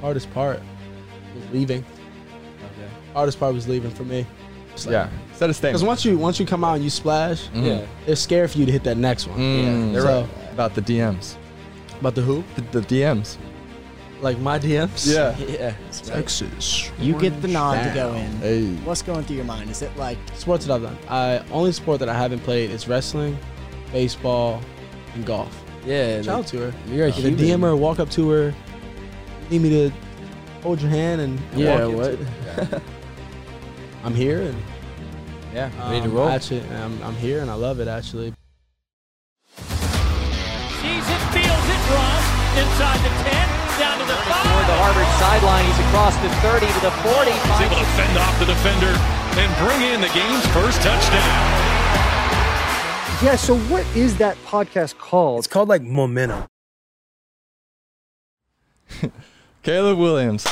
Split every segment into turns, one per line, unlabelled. hardest part was leaving.
Okay.
Hardest part was leaving for me. Just like-
yeah. Set a
Because
statement.
once you once you come out and you splash,
Mhm.
Yeah.
it's scary for you to hit that next one.
Mm-hmm.
Mm,
Yeah,
They're
so-
right about the DMs.
About the who?
The, the DMs.
Like my DMs?
Yeah.
Yeah.
Texas.
You get the nod to go in.
Hey.
What's going through your mind? Is it like
Sports that I've done. I only sport that I haven't played is wrestling, baseball, and golf.
Yeah.
Shout
like,
out to her.
you're a
If a DM
human.
her, walk up to her, need me to hold your hand and, and
Yeah.
walk
What?
into- I'm here and
Yeah.
Ready to
um,
roll?
Actually, I'm, I'm here and I love it actually.
Sees it, feels it, runs inside the 10, down to the 5.
Toward the Harvard sideline, he's across the 30 to the 40.
He's able to fend off the defender and bring in the game's first touchdown.
Yeah, so what is that podcast called?
It's called like momentum.
Caleb Williams.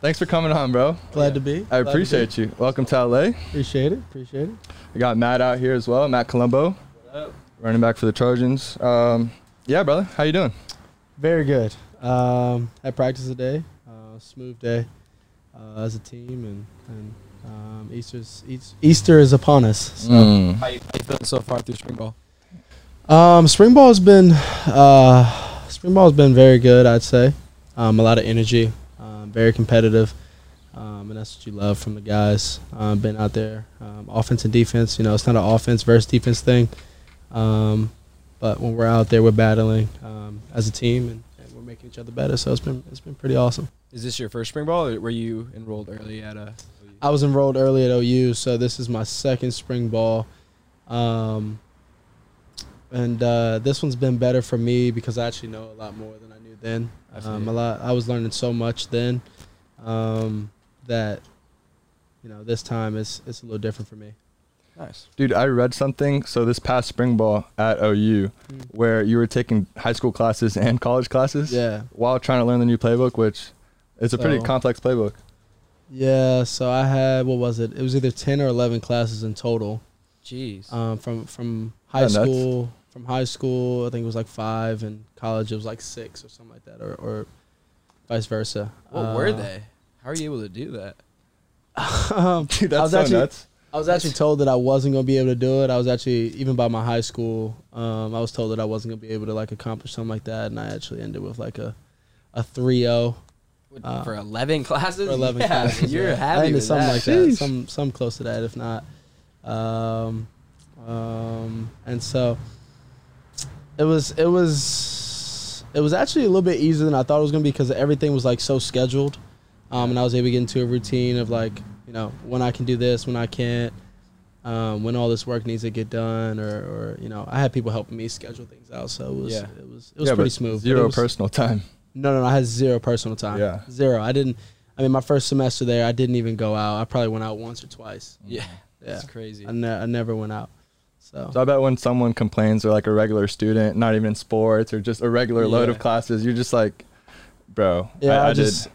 Thanks for coming on, bro.
Glad to be.
I appreciate you. Welcome to LA.
Appreciate it. Appreciate it.
We got Matt out here as well. Matt Colombo, running back for the Trojans. Um, yeah, brother. How you doing?
Very good. Um, had practice today. Uh, smooth day uh, as a team, and and um, Easter's Eas- Easter is upon us.
How
Um,
you, how you feeling so far through spring ball?
Um, spring ball has been uh, spring ball has been very good. I'd say um, a lot of energy, um, very competitive, um, and that's what you love from the guys. Um, been out there, um, offense and defense. You know, it's not an offense versus defense thing, um, but when we're out there, we're battling um, as a team, and, and we're making each other better. So it's been it's been pretty awesome.
Is this your first spring ball, or were you enrolled early at a?
I was enrolled early at OU, so this is my second spring ball. Um, and uh, this one's been better for me because I actually know a lot more than I knew then.
I see.
Um, a lot. I was learning so much then um, that you know this time it's it's a little different for me.
Nice.
Dude, I read something. So this past spring ball at OU,
Mm.
where you were taking high school classes and college classes,
Yeah.
while trying to learn the new playbook, which is a pretty
So-
complex playbook.
Yeah. So I had what was it? It was either ten or eleven classes in total.
Jeez.
um, from from high
Kinda nuts.
school. From high school, I think it was like five, and college it was like six or something like that, or, or vice versa.
what
Uh,
were they? How are you able to do that?
Um,
Dude,
I
that's
was
so
actually-
nuts.
I was actually told that I wasn't gonna be able to do it. I was actually even by my high school, um, I was told that I wasn't gonna be able to like accomplish something like that, and I actually ended with like a a three zero
What,
Uh,
for 11 classes?
for eleven
yeah,
classes.
You're
yeah. I
happy
ended
with
something
that.
like that, some some close to that, if not. Um, um, and so it was it was it was actually a little bit easier than I thought it was gonna be because everything was like so scheduled, um, and I was able to get into a routine of like you know when I can do this, when I can't. Um, when all this work needs to get done, or, or you know, I had people helping me schedule things out, so it was
Yeah.
it was it was
Yeah,
pretty
but
smooth. but it
Zero
was-
personal time.
no, no, no. I had zero personal time.
Yeah.
Zero. I didn't. I mean, my first semester there, I didn't even go out. I probably went out once or twice.
Mm,
Yeah.
Yeah.
That's crazy.
I, ne- I never went out. So,
So I bet when someone complains, or like a regular student, not even in sports, or just a regular load of
Yeah.
classes, you're just like, bro,
yeah,
I,
I,
I
just.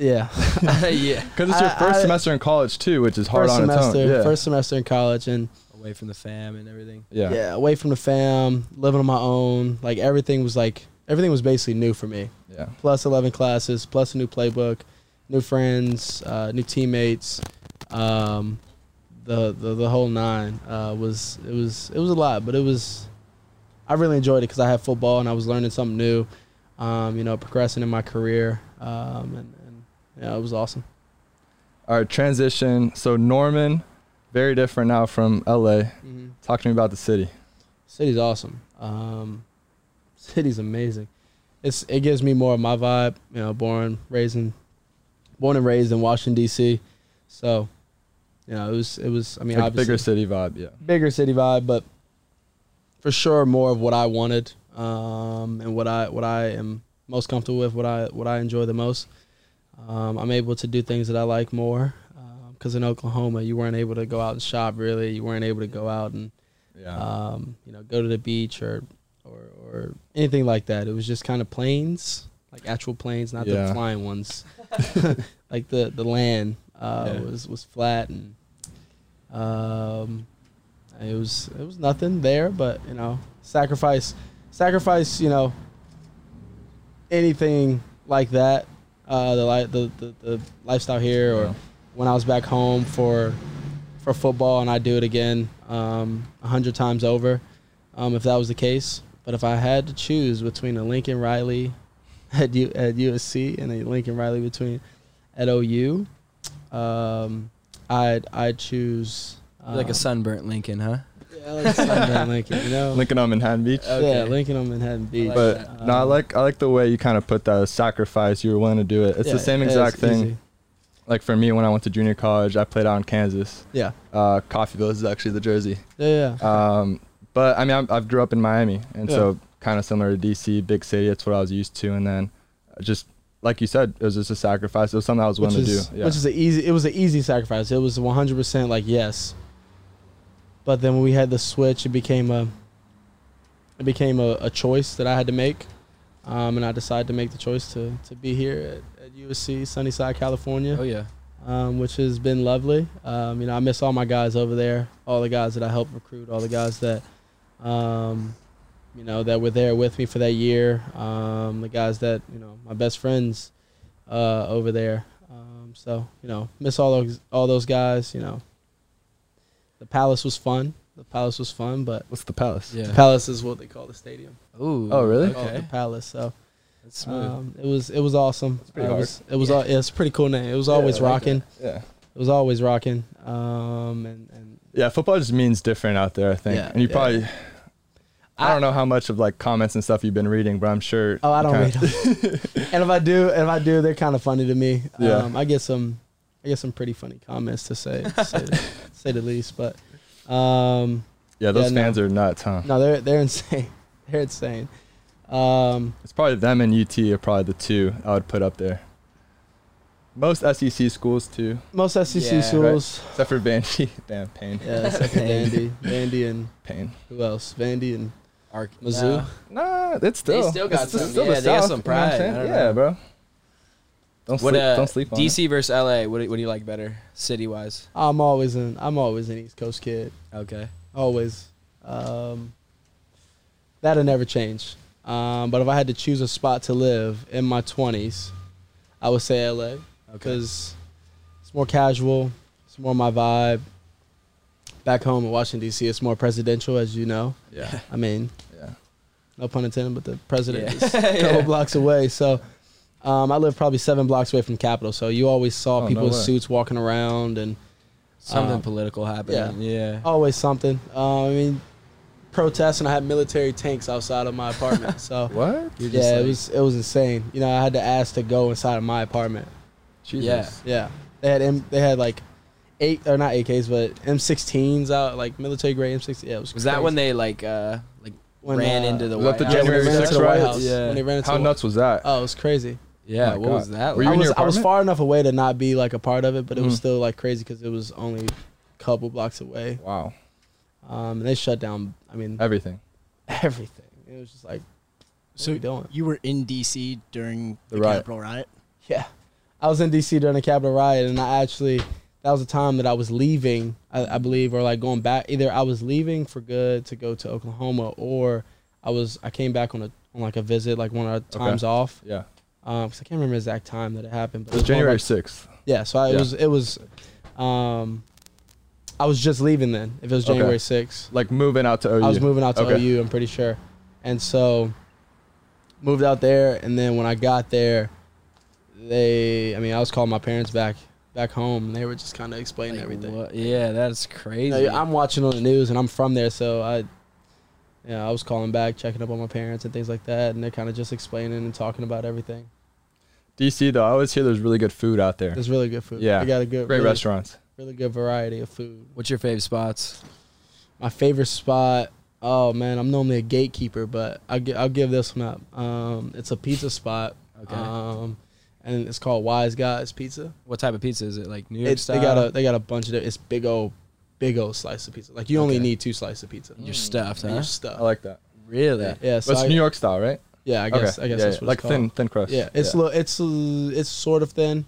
Yeah.
yeah.
Because it's your
I-
first
I-
semester in college too, which is hard
first
on
semester.
its own. Yeah.
First semester in college, and
Away from the fam and everything.
yeah.
yeah. away from the fam, living on my own. Like everything was like everything was basically new for me.
Yeah.
Plus eleven classes, plus a new playbook, new friends, uh, new teammates. Um, the, the the whole nine uh, was it was it was a lot, but it was I really enjoyed it because I had football and I was learning something new, um, you know, progressing in my career, um, and, and yeah, it was awesome.
All right, transition. So Norman, very different now from LA.
Mm-hmm.
Talk to me about the city.
City's awesome. Um, city's amazing. It's it gives me more of my vibe. You know, born raised in, born and raised in Washington D.C. So, you know, it was it was. I mean,
like
obviously
bigger city vibe. Yeah.
bigger city vibe, but for sure more of what I wanted um, and what I what I am most comfortable with, what I what I enjoy the most. Um, I'm able to do things that I like more because in Oklahoma you weren't able to go out and shop really. You weren't able to go out and
Yeah.
um, you know go to the beach or or, or anything like that. It was just kind of planes, like actual planes, not
Yeah.
the flying ones. like the the land uh,
Yeah.
was was flat and um, it was it was nothing there, but you know sacrifice sacrifice you know anything like that, uh, the, li- the the the lifestyle here, or
Yeah.
when I was back home for for football, and I do it again um, a hundred times over, um, if that was the case. But if I had to choose between a Lincoln Riley at U- at USC and a Lincoln Riley between at OU, um, I'd I'd choose uh,
like a sunburnt Lincoln, huh?
yeah, like a Sunday Lincoln, you know.
Lincoln on Manhattan Beach.
Yeah,
Okay.
Lincoln on Manhattan Beach.
but
Uh,
no, I like I like the way you kind of put that sacrifice. You were willing to do it. It's
yeah,
the same
yeah,
exact
it's
thing.
easy.
Like for me, when I went to junior college, I played out in Kansas.
Yeah.
Uh, Coffeeville is actually the jersey.
Yeah, yeah.
Um, but I mean, I'm, I've grew up in Miami, and
Yeah.
so kind of similar to DC, big city. That's what I was used to, and then uh, just like you said, it was just a sacrifice. It was something I was willing
which
to
is,
do. Yeah.
Which is an easy. It was an easy sacrifice. It was 100 percent like yes. But then when we had the switch, it became a. It became a, a choice that I had to make, um, and I decided to make the choice to to be here at, at USC Sunnyside, California
Oh yeah.
um, which has been lovely. Um, you know, I miss all my guys over there, all the guys that I helped recruit, all the guys that, um, you know, that were there with me for that year, um, the guys that you know, my best friends uh, over there. Um, so you know, miss all those all those guys. You know, the Palace was fun. The Palace was fun, but
What's the palace?
the
Yeah.
Palace is what they call the stadium.
Ooh.
Oh, really?
They call it
Okay.
the Palace. So
That's smooth.
um, it was it was awesome.
pretty
Uh,
hard.
It was it was all, yeah, it's a pretty cool name. It was
Yeah,
always
I like
rocking.
Yeah.
It was always rocking. Um, and, and
Yeah. Football just means different out there, I think.
Yeah,
and you
yeah.
probably.
I-
I don't know how much of like comments and stuff you've been reading, but I'm sure.
oh, I
you
don't
kinda-
read them. and if I do, and if I do, they're kind of funny to me.
Yeah.
Um, I get some, I get some pretty funny comments to say, to say, say the least. But um,
Yeah, those
Yeah, no.
fans are nuts, huh?
no, they're they're insane. They're insane. Um,
It's probably them and UT are probably the two I would put up there. Most SEC schools too,
most SEC
Yeah, right.
schools,
except for Vandy. Damn, pain,
yeah, it's like Vandy, Vandy, and
pain.
who else? Vandy and
Arc-
Mizzou.
Nah, it's still.
They still got
it's the-
some-
still the
yeah, they got
South,
some
you know what I'm
pride,
saying?
I don't
yeah,
know.
bro. Don't
What,
sleep.
uh,
don't sleep on it.
DC versus LA. What do, what do you like better, city wise?
I'm always an I'm always an East Coast kid.
Okay.
always. Um, that'll never change. Um, but if I had to choose a spot to live in my 20s, I would say LA
Okay.
because it's more casual, it's more my vibe. Back home in Washington D.C., it's more presidential, as you know.
Yeah,
I mean,
yeah.
no pun intended, but the president
Yeah.
is a couple
Yeah.
blocks away. So um, I live probably seven blocks away from Capitol. So you always saw
Oh, no
people in
way.
suits walking around and
Something
um,
political happening. Yeah.
always something. Uh, I mean, protests, and I had military tanks outside of my apartment. So
What?
You're just
yeah,
like-
it was it was insane. You know, I had to ask to go inside of my apartment.
Jesus.
Yeah, they had M- they had like eight or not AKs, but M16s out, like military grade M16. Yeah, it was.
Was that when they like uh like
When,
ran
uh,
into the
was that
White
the
yeah,
House?
when they
January
ran into
6th
the White
riots?
House?
Yeah.
When they ran into
How
the-
nuts was that?
Oh, it was crazy.
Yeah.
my
what
God.
was that?
Were you
I
in
was
your
I was
apartment?
far enough away to not be like a part of it, but it was
Mhm.
still like crazy because it was only a couple blocks away.
wow,
Um, and they shut down. I mean,
everything.
everything. It was just like, what so
So
are we doing?
You were in D.C. during
The
the,
riot.
Capitol riot.
Yeah. I was in DC during the Capitol riot and I actually that was the time that I was leaving, I, I believe, or like going back. Either I was leaving for good to go to Oklahoma or I was I came back on a on like a visit, like one of our times off.
Yeah,
Um, 'cause I can't remember the exact time that it happened. But
it was
going
January
back-
sixth.
yeah, so I,
Yeah.
it was it was um I was just leaving then, if it was
Okay.
January sixth.
Like moving out to OU.
I was moving out to
Okay.
OU, I'm pretty sure. And so moved out there and then when I got there they I mean I was calling my parents back back home and they were just kind of explaining
Like,
everything.
what- Yeah, that's
You
crazy.
know, I'm watching on the news and I'm from there so I yeah, I was calling back, checking up on my parents and things like that and they're kind of just explaining and talking about everything.
DC though, I always hear there's really good food out there.
There's really good food.
Yeah.
They got a good
Great
really,
restaurants.
really good variety of food.
What's your fave spots?
My favorite spot. Oh man, I'm normally a gatekeeper, but I'll, gi- I'll give this one up. Um, it's a pizza spot.
Okay.
Um, and it's called Wise Guys Pizza.
What type of pizza is it? Like New York
It's,
style.
they got a they got a bunch of di- it's big old big old slice of pizza. Like you only
Okay.
need two slices of pizza.
You're stuffed,
And
huh?
you're stuffed.
I like that.
Really?
yeah. Yeah, so
But it's
I,
New York style, right?
yeah, I guess I guess
yeah,
that's
yeah.
what
like
it's called.
thin, thin crust.
Yeah, it's li- it's l- it's sort of thin.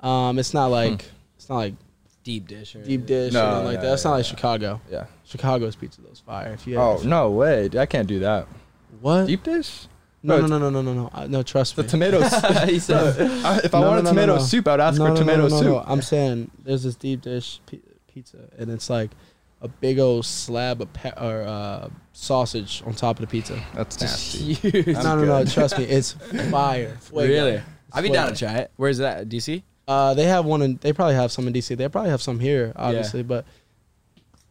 Um, it's not like it's not like
Deep dish. Or
deep dish
Hmm. No,
or nothing like
yeah,
that. It's not
yeah,
like
yeah.
Chicago.
yeah.
Chicago's pizza though is fire. If you
Oh no way! dude, I can't do that.
what
Deep dish?
No,
Bro,
no, no, no, no, no, no. I- No, trust
The
me.
tomatoes.
he said,
I- if I
No, no,
wanted
no, no,
tomato
no.
soup, I'd ask for
no,
tomato soup.
no. I'm saying there's this deep dish pi- pizza, and it's like a big old slab of pe- or uh, sausage on top of the pizza.
That's
Just
nasty.
huge. No,
I'm
no, no.
good.
Trust me, it's fire. Fuego.
really?
It's
I'd be
fuego.
down to try it. Where's that? DC?
Uh, they have one in. They probably have some in DC. They probably have some here, obviously, but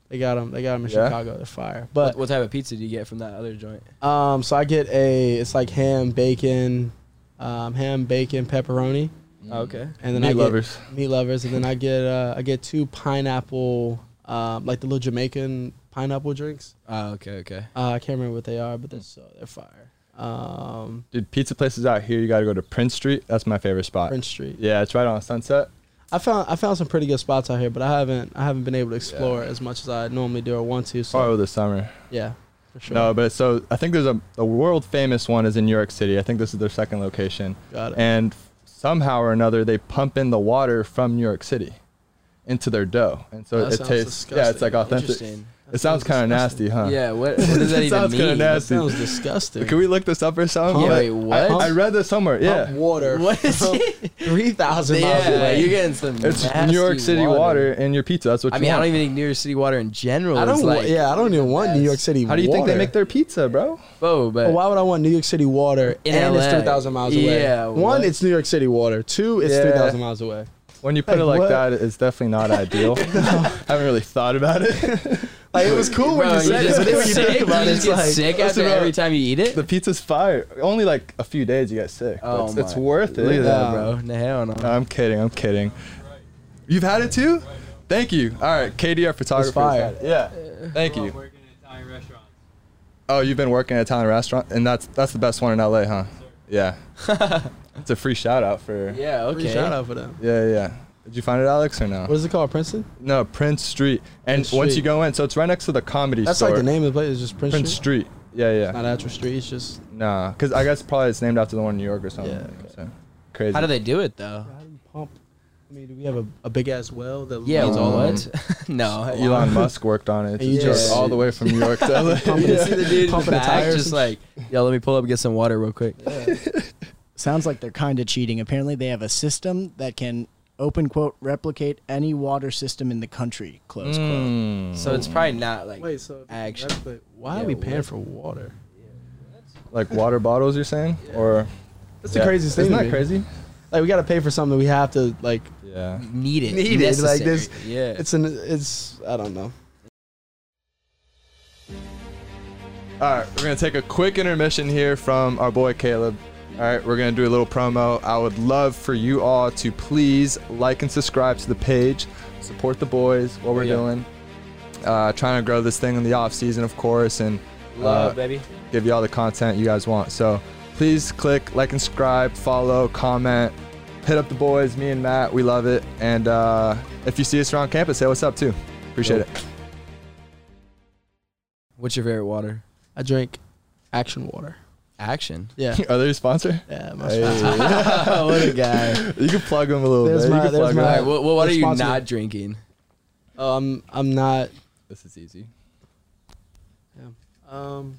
they got them. They got them in
Yeah?
Chicago. They're fire. But
what, what type of pizza do you get from that other joint?
um, so I get a. It's like ham, bacon, um, ham, bacon, pepperoni,
Oh, okay.
and then
Meat
I get
lovers.
meat lovers, and then I get uh, I get two pineapple, um, like the little Jamaican pineapple drinks.
Oh, okay, okay.
Uh, I can't remember what they are, but they're so they're fire. Um,
Dude, pizza places out here, you gotta go to Prince Street. That's my favorite spot.
Prince Street.
Yeah, it's right on Sunset.
I found I found some pretty good spots out here, but I haven't I haven't been able to explore as much as I normally do or want to. So
Probably this summer.
yeah, for sure.
Oh. No, but so I think there's a, a world famous one is in New York City. I think this is their second location.
Got it.
And somehow or another, they pump in the water from New York City into their dough, and so
That
it
sounds
tastes. Yeah, it's like
disgusting.
authentic.
Interesting.
It sounds kind of nasty, huh?
Yeah. What, what does that
It
even
sounds kinda
mean?
nasty.
That was disgusting.
Can we look this up or something?
Yeah,
But
wait, what?
I, I read this somewhere.
Pump
Yeah,
water.
What is
from Three thousand miles
Yeah,
away.
you're getting some.
it's
nasty
New York City water in your pizza. That's what
I
you
mean, I
want.
don't even think New York City water in general.
I don't.
is
wa-
like,
yeah, I don't even want New York City.
How do you think they
water.
make their pizza, bro?
Bo, but
Well, why would I want New York City water
In
and it's
LA?
3,000 miles away?
Yeah,
One,
what?
it's New York City water. Two, it's
Yeah.
3,000 miles away.
When you put it
Like,
like
what?
that, it's definitely not ideal. haven't really thought about it.
Like, it was cool when you
Bro, you
said it,
just
but
get
when you
sick.
think
You
about it,
just
it's
get
like,
sick after
about-
every time you eat it.
the pizza's fire. Only like a few days you get sick. but
Oh
it's, it's
my-
worth it.
Look at that,
Yeah.
bro. Nah, hell no.
No, I'm kidding. I'm kidding. You've had it too? Thank you. All right, KDR photographer.
fire.
Yeah. Thank you. Oh, you've been working at an Italian restaurant, and that's that's the best one in LA, huh? Yeah. it's a free shout out for. Yeah,
yeah. Okay.
Free shout out for them.
yeah. yeah. Did you find it, Alex, or no?
What is it called, Princeton?
No, Prince Street. And
Prince
once
Street.
you go in, so it's right next to the comedy
That's
store.
like the name of the place. It's just Prince,
Prince
Street.
Street. Yeah, yeah.
Not actual street. It's just
Nah, because I guess probably it's named after the one in New York or something.
Yeah.
So, crazy.
How do they do it though?
how do you pump? I mean, do we have a, a big ass well that
Yeah.
leads all
What? no.
Elon Musk worked on it.
And you
It's just
just-
all the way from New York to LA.
Pumping
You
Yeah.
see the dude in the
Pumping the
back,
tires
just
and
like, yo, let me pull up and get some water real quick.
Sounds like they're kind of cheating. Apparently, they have a system that can open quote replicate any water system in the country close quote.
Mm.
So it's probably not like.
Wait, so
Action.
why are
Yeah,
we paying
what?
for water?
like water bottles, you're saying, or
That's
Yeah.
the craziest thing.
Isn't
to
that
me.
crazy?
Like we got to pay for something we have to like.
Yeah.
Need it.
Need it, like
necessary.
this-
Yeah.
It's an it's I don't know.
All right, we're gonna take a quick intermission here from our boy Caleb. All right, we're gonna do a little promo. I would love for you all to please like and subscribe to the page, support the boys, what we're
Yeah.
doing, uh, trying to grow this thing in the off season, of course, and
love,
uh,
baby.
give you all the content you guys want. So please click like and subscribe, follow, comment, hit up the boys, me and Matt. We love it. And uh, if you see us around campus, say what's up too. Appreciate
Dope.
it.
What's your favorite water?
I drink action water.
Action.
Yeah.
Are they your sponsor?
Yeah, my
Hey.
what a guy.
you can plug them a little
There's
bit.
my-
you can
there's
plug 'em.
my-
All right, what, what are you
Responsible.
not drinking?
Um, I'm not.
This is easy.
Um,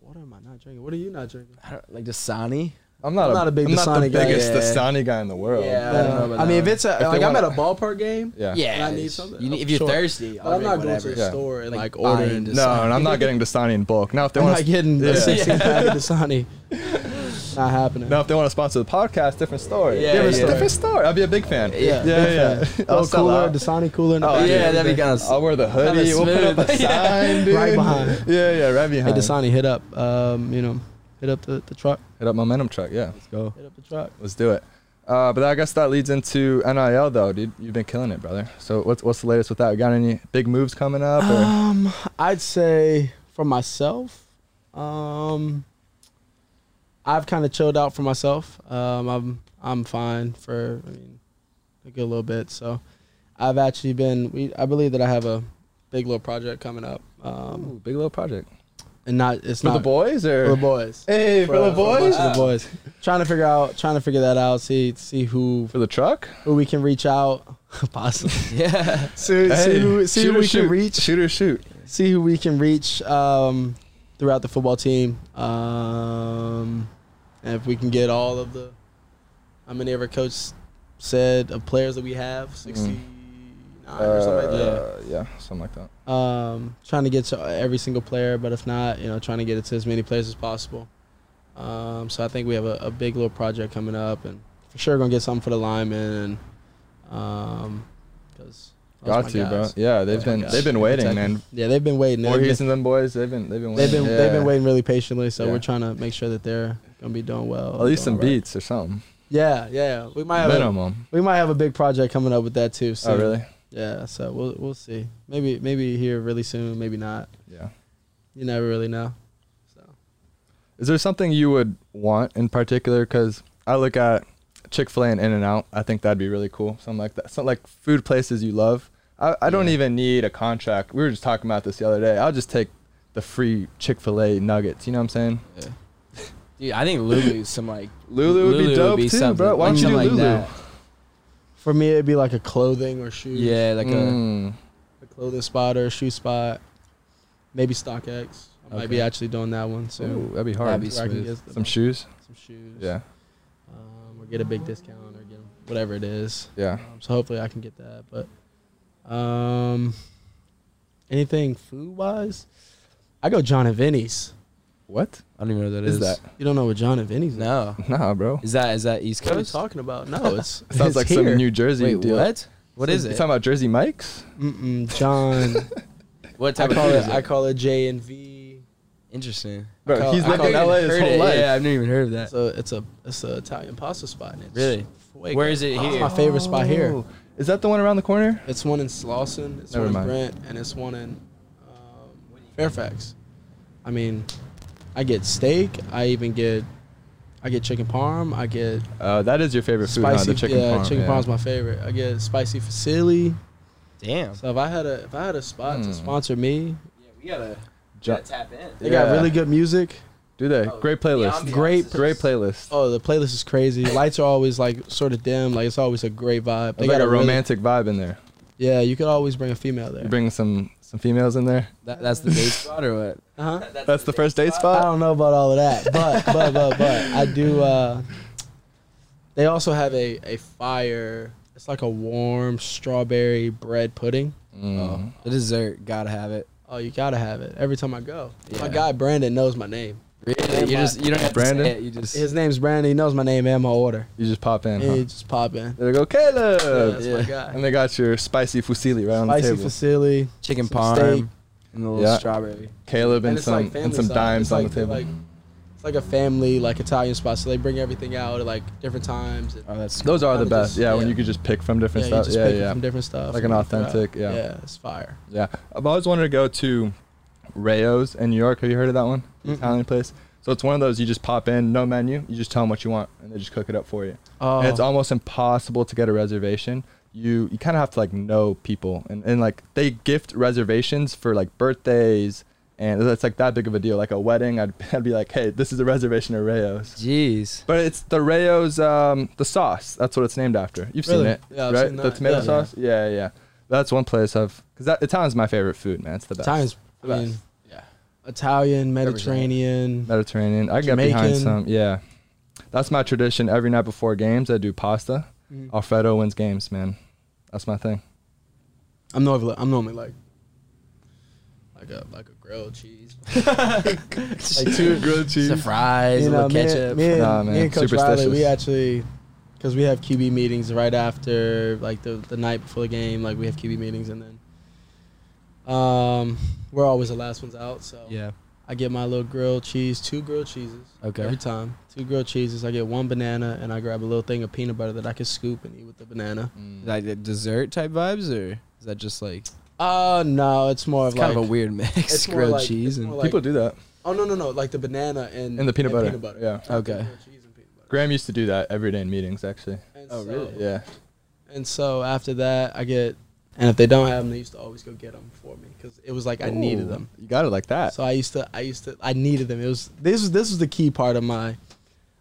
what am I not drinking? What are you not drinking?
I don't, like Dasani?
I'm not,
I'm
a,
not a big
I'm not the
Dasani guy.
biggest
Yeah.
Dasani guy in the world.
Yeah. I don't know about
I mean,
that
if
one.
it's a,
they
like I'm at
wanna-
a ballpark game,
Yeah.
Yeah.
I need something.
You need-
I'm
if you're
sure.
thirsty, I'll
but I'm not going
whatever.
to the
Yeah.
store and
Like
like,
buying
ordering.
Dasani.
No, and I'm not getting Dasani in bulk. Now, if they
I'm
want
not
to,
getting
Yeah.
a 16 pack of Dasani. not happening.
now if they want to sponsor the podcast, different story.
Yeah,
different,
yeah.
story. different story. I'll be a big fan. yeah, yeah.
Yeah.
yeah. I'll
Little
sell
cooler,
out.
Dasani cooler. In the
Oh,
back.
yeah,
yeah, that'd be kind of.
I'll wear the hoodie. We'll put up a
smooth.
sign, dude.
Right behind.
Yeah, yeah, right
Hey,
behind.
Dasani, hit up. Um, you know, hit up the, the truck.
Hit up momentum truck. Yeah, let's go.
Hit up the truck.
Let's do it. Uh, but I guess that leads into NIL though, dude. You've been killing it, brother. So what's what's the latest with that? You got any big moves coming up? Or?
Um, I'd say for myself, um, I've kind of chilled out for myself. Um, I'm I'm fine for I mean a good little bit. So I've actually been we I believe that I have a big little project coming up. Um,
Ooh, big little project
and not it's
for
not
the boys or
for the boys.
Hey, for, the boys.
For the boys. Trying to figure out, trying to figure that out. See, see who
Ah. For the truck.
who we can reach out, possibly.
Yeah.
See, see
Hey,
who, see
shoot
who
or
we
shoot.
can reach.
Shoot or shoot.
see who we can reach um, throughout the football team. Um, and if we can get all of the, how many of our coach said of players that we have, sixty nine or something like that.
Mm-hmm. Uh, yeah, something like that.
Um, trying to get to every single player, but if not, you know, trying to get it to as many players as possible. Um, so I think we have a, a big little project coming up, and for sure gonna get something for the linemen, and um, because
Got to, bro. Yeah, they've
my
been
guys.
they've been waiting, man.
Yeah, they've been waiting. They've
Voorhees
been,
and them boys, they've been they've been
they've
waiting.
been,
yeah.
they've been waiting really patiently, so
Yeah.
we're trying to make sure that they're gonna be doing well.
At least some
doing right.
beats or something.
Yeah, yeah. We might have a,
Minimum.
we might have a big project coming up with that too. So
Oh, really?
Yeah. So we'll we'll see. Maybe maybe here really soon. Maybe not.
Yeah.
You never really know. So
Is there something you would want in particular? Because I look at Chick Fil A and In and Out. I think that'd be really cool. Something like that. Something like food places you love. I, I don't even need a contract. We were just talking about this the other day. I'll just take the free Chick Fil A nuggets. You know what I'm saying?
Dude, I think Lulu's some like
Lulu would be dope too,
something.
bro. Why
Like
don't you do
something
Lulu?
that.
for me, it'd be like a clothing or shoes.
Yeah, like
Mm.
A clothing spot or a shoe spot. Maybe StockX. I might be actually doing that one soon.
Ooh, that'd be
That'd
hard.
be
Where I can
smooth.
get the-
Some shoes.
some shoes.
Yeah.
Um, or get a big discount or get 'em- whatever it is.
Yeah.
Um, so hopefully I can get that. But um, anything food wise, I go John and Vinny's.
What?
I don't even know what
Is that?
You don't know what John and Vinny's is.
No.
Nah, bro.
Is that is that East
What are you
Coast?
talking about? No, it's
Sounds
it's
like
here.
some New Jersey
Wait,
deal.
what? What is
You
it?
talking about Jersey Mike's?
Mm-mm, John.
What
I
type of
call
food
it.
is
I call it J and V.
Interesting.
Bro,
call-
he's
I
lived
call
in
it-
LA his
Heard
whole
it.
life.
Yeah, I've never even heard of that.
So it's a it's a Italian pasta spot. And it's
Really?
fuego.
Where is it
It's
here?
my favorite spot here.
Oh, Is that the one around the corner?
It's one in Slauson. It's
Never
one
mind.
in Brent, and it's one in um, Fairfax. I mean, I get steak. I even get I get chicken parm. I get
Uh, that is your favorite food, huh?
spicy.
The chicken
yeah,
parm.
chicken
yeah.
parm's my favorite. I get spicy facility.
Damn.
So if I had a if I had a spot
Mm.
to sponsor me,
we gotta,
Ju-
tap in.
they
Yeah.
got really good music.
Do they?
Oh,
Great playlist.
ambiance
Great-
is-
Great playlist.
Oh, the playlist is crazy. Lights are always like sort of dim. Like it's always a great vibe.
They got a
really-
romantic vibe in there.
yeah, you could always bring a female there.
You bringing some some females in there.
That, that's the date spot or what?
uh-huh.
That's the first date
I
spot.
don't know about all of that, but but but but I do. Uh, they also have a a fire. It's like a warm strawberry bread pudding.
Mm.
Oh. The dessert, gotta have it.
Oh, you gotta have it every time I go. My
Yeah.
guy Brandon knows my name.
Really? You just you don't have
Brandon?
to say it. You just
His name's Brandon. He knows my name and my order.
You just pop in.
And
Huh?
he just pop in.
There they go, Caleb.
that's my guy.
And they got your spicy fusilli right on the
Spicy
table.
facility.
chicken
some
parm
steak.
and a little
Yeah.
strawberry.
Caleb and,
And it's
some
like
and
family
some
style.
dimes
It's
on
like-
the table.
like- It's like a family like Italian spot, so they bring everything out at like different times. And,
Oh, that's
Those are the
kinda
best.
just-
yeah, when
yeah.
you could just pick from
yeah,
different
you
stuff.
just
yeah,
pick
yeah.
from different stuff.
Like an
and throw it out.
authentic, yeah.
Yeah, it's fire.
Yeah, I've always wanted to go to Rayo's in New York. Have you heard of that one? The Italian place. So it's one of those you just pop in, no menu. You just tell them what you want, and they just cook it up for you.
Oh,
And it's almost impossible to get a reservation. You you kind of have to like know people, and, and like they gift reservations for like birthdays, and that's like that big of a deal. Like a wedding, I'd, I'd be like, hey, this is a reservation at Rayo's.
Jeez.
But it's the Rayo's, um, the sauce. That's what it's named after. You've seen
Really?
it,
Yeah, I've
right?
seen
the
that,
tomato
yeah.
sauce. Yeah, yeah. That's one place I've because that Italian's my favorite food, man. It's the best.
Italian's. I
The best.
mean, Italian, Mediterranean.
Mediterranean. I can get behind
Jamaican.
some. Yeah, that's my tradition. Every night before games, I do pasta.
Mm-hmm.
Alfredo wins games, man. That's my thing.
I'm normally I'm normally like like a like a grilled cheese. like two
grilled
Some fries,
you
a
know,
little
me,
ketchup.
and, me, and,
Nah,
me
man.
and Coach Riley,
Superstitious.
we actually because we have QB meetings right after like the the night before the game. Like we have QB meetings and then um we're always the last ones out. So
yeah.
I get my little grilled cheese, two grilled cheeses.
Okay.
Every time, two grilled cheeses. I get one banana, and I grab a little thing of peanut butter that I can scoop and eat with the banana.
Like the dessert type vibes, or is that just like
Uh no, it's more
it's
of
kind
like
of a weird mix?
it's more
Grilled
like- it's
cheese and
more like-
People do that
Oh no no no! Like the banana and
in the peanut
and
butter. Yeah.
okay.
Grilled cheese and peanut butter.
Graham used to do that every day in meetings, actually.
And
Oh,
so-
really?
Yeah.
And so after that, I get, and if they don't have them, they used to always go get them for me because it was like I needed
Ooh,
them.
You got it like that.
So I used to, I used to, I needed them. It was this was this was the key part of my,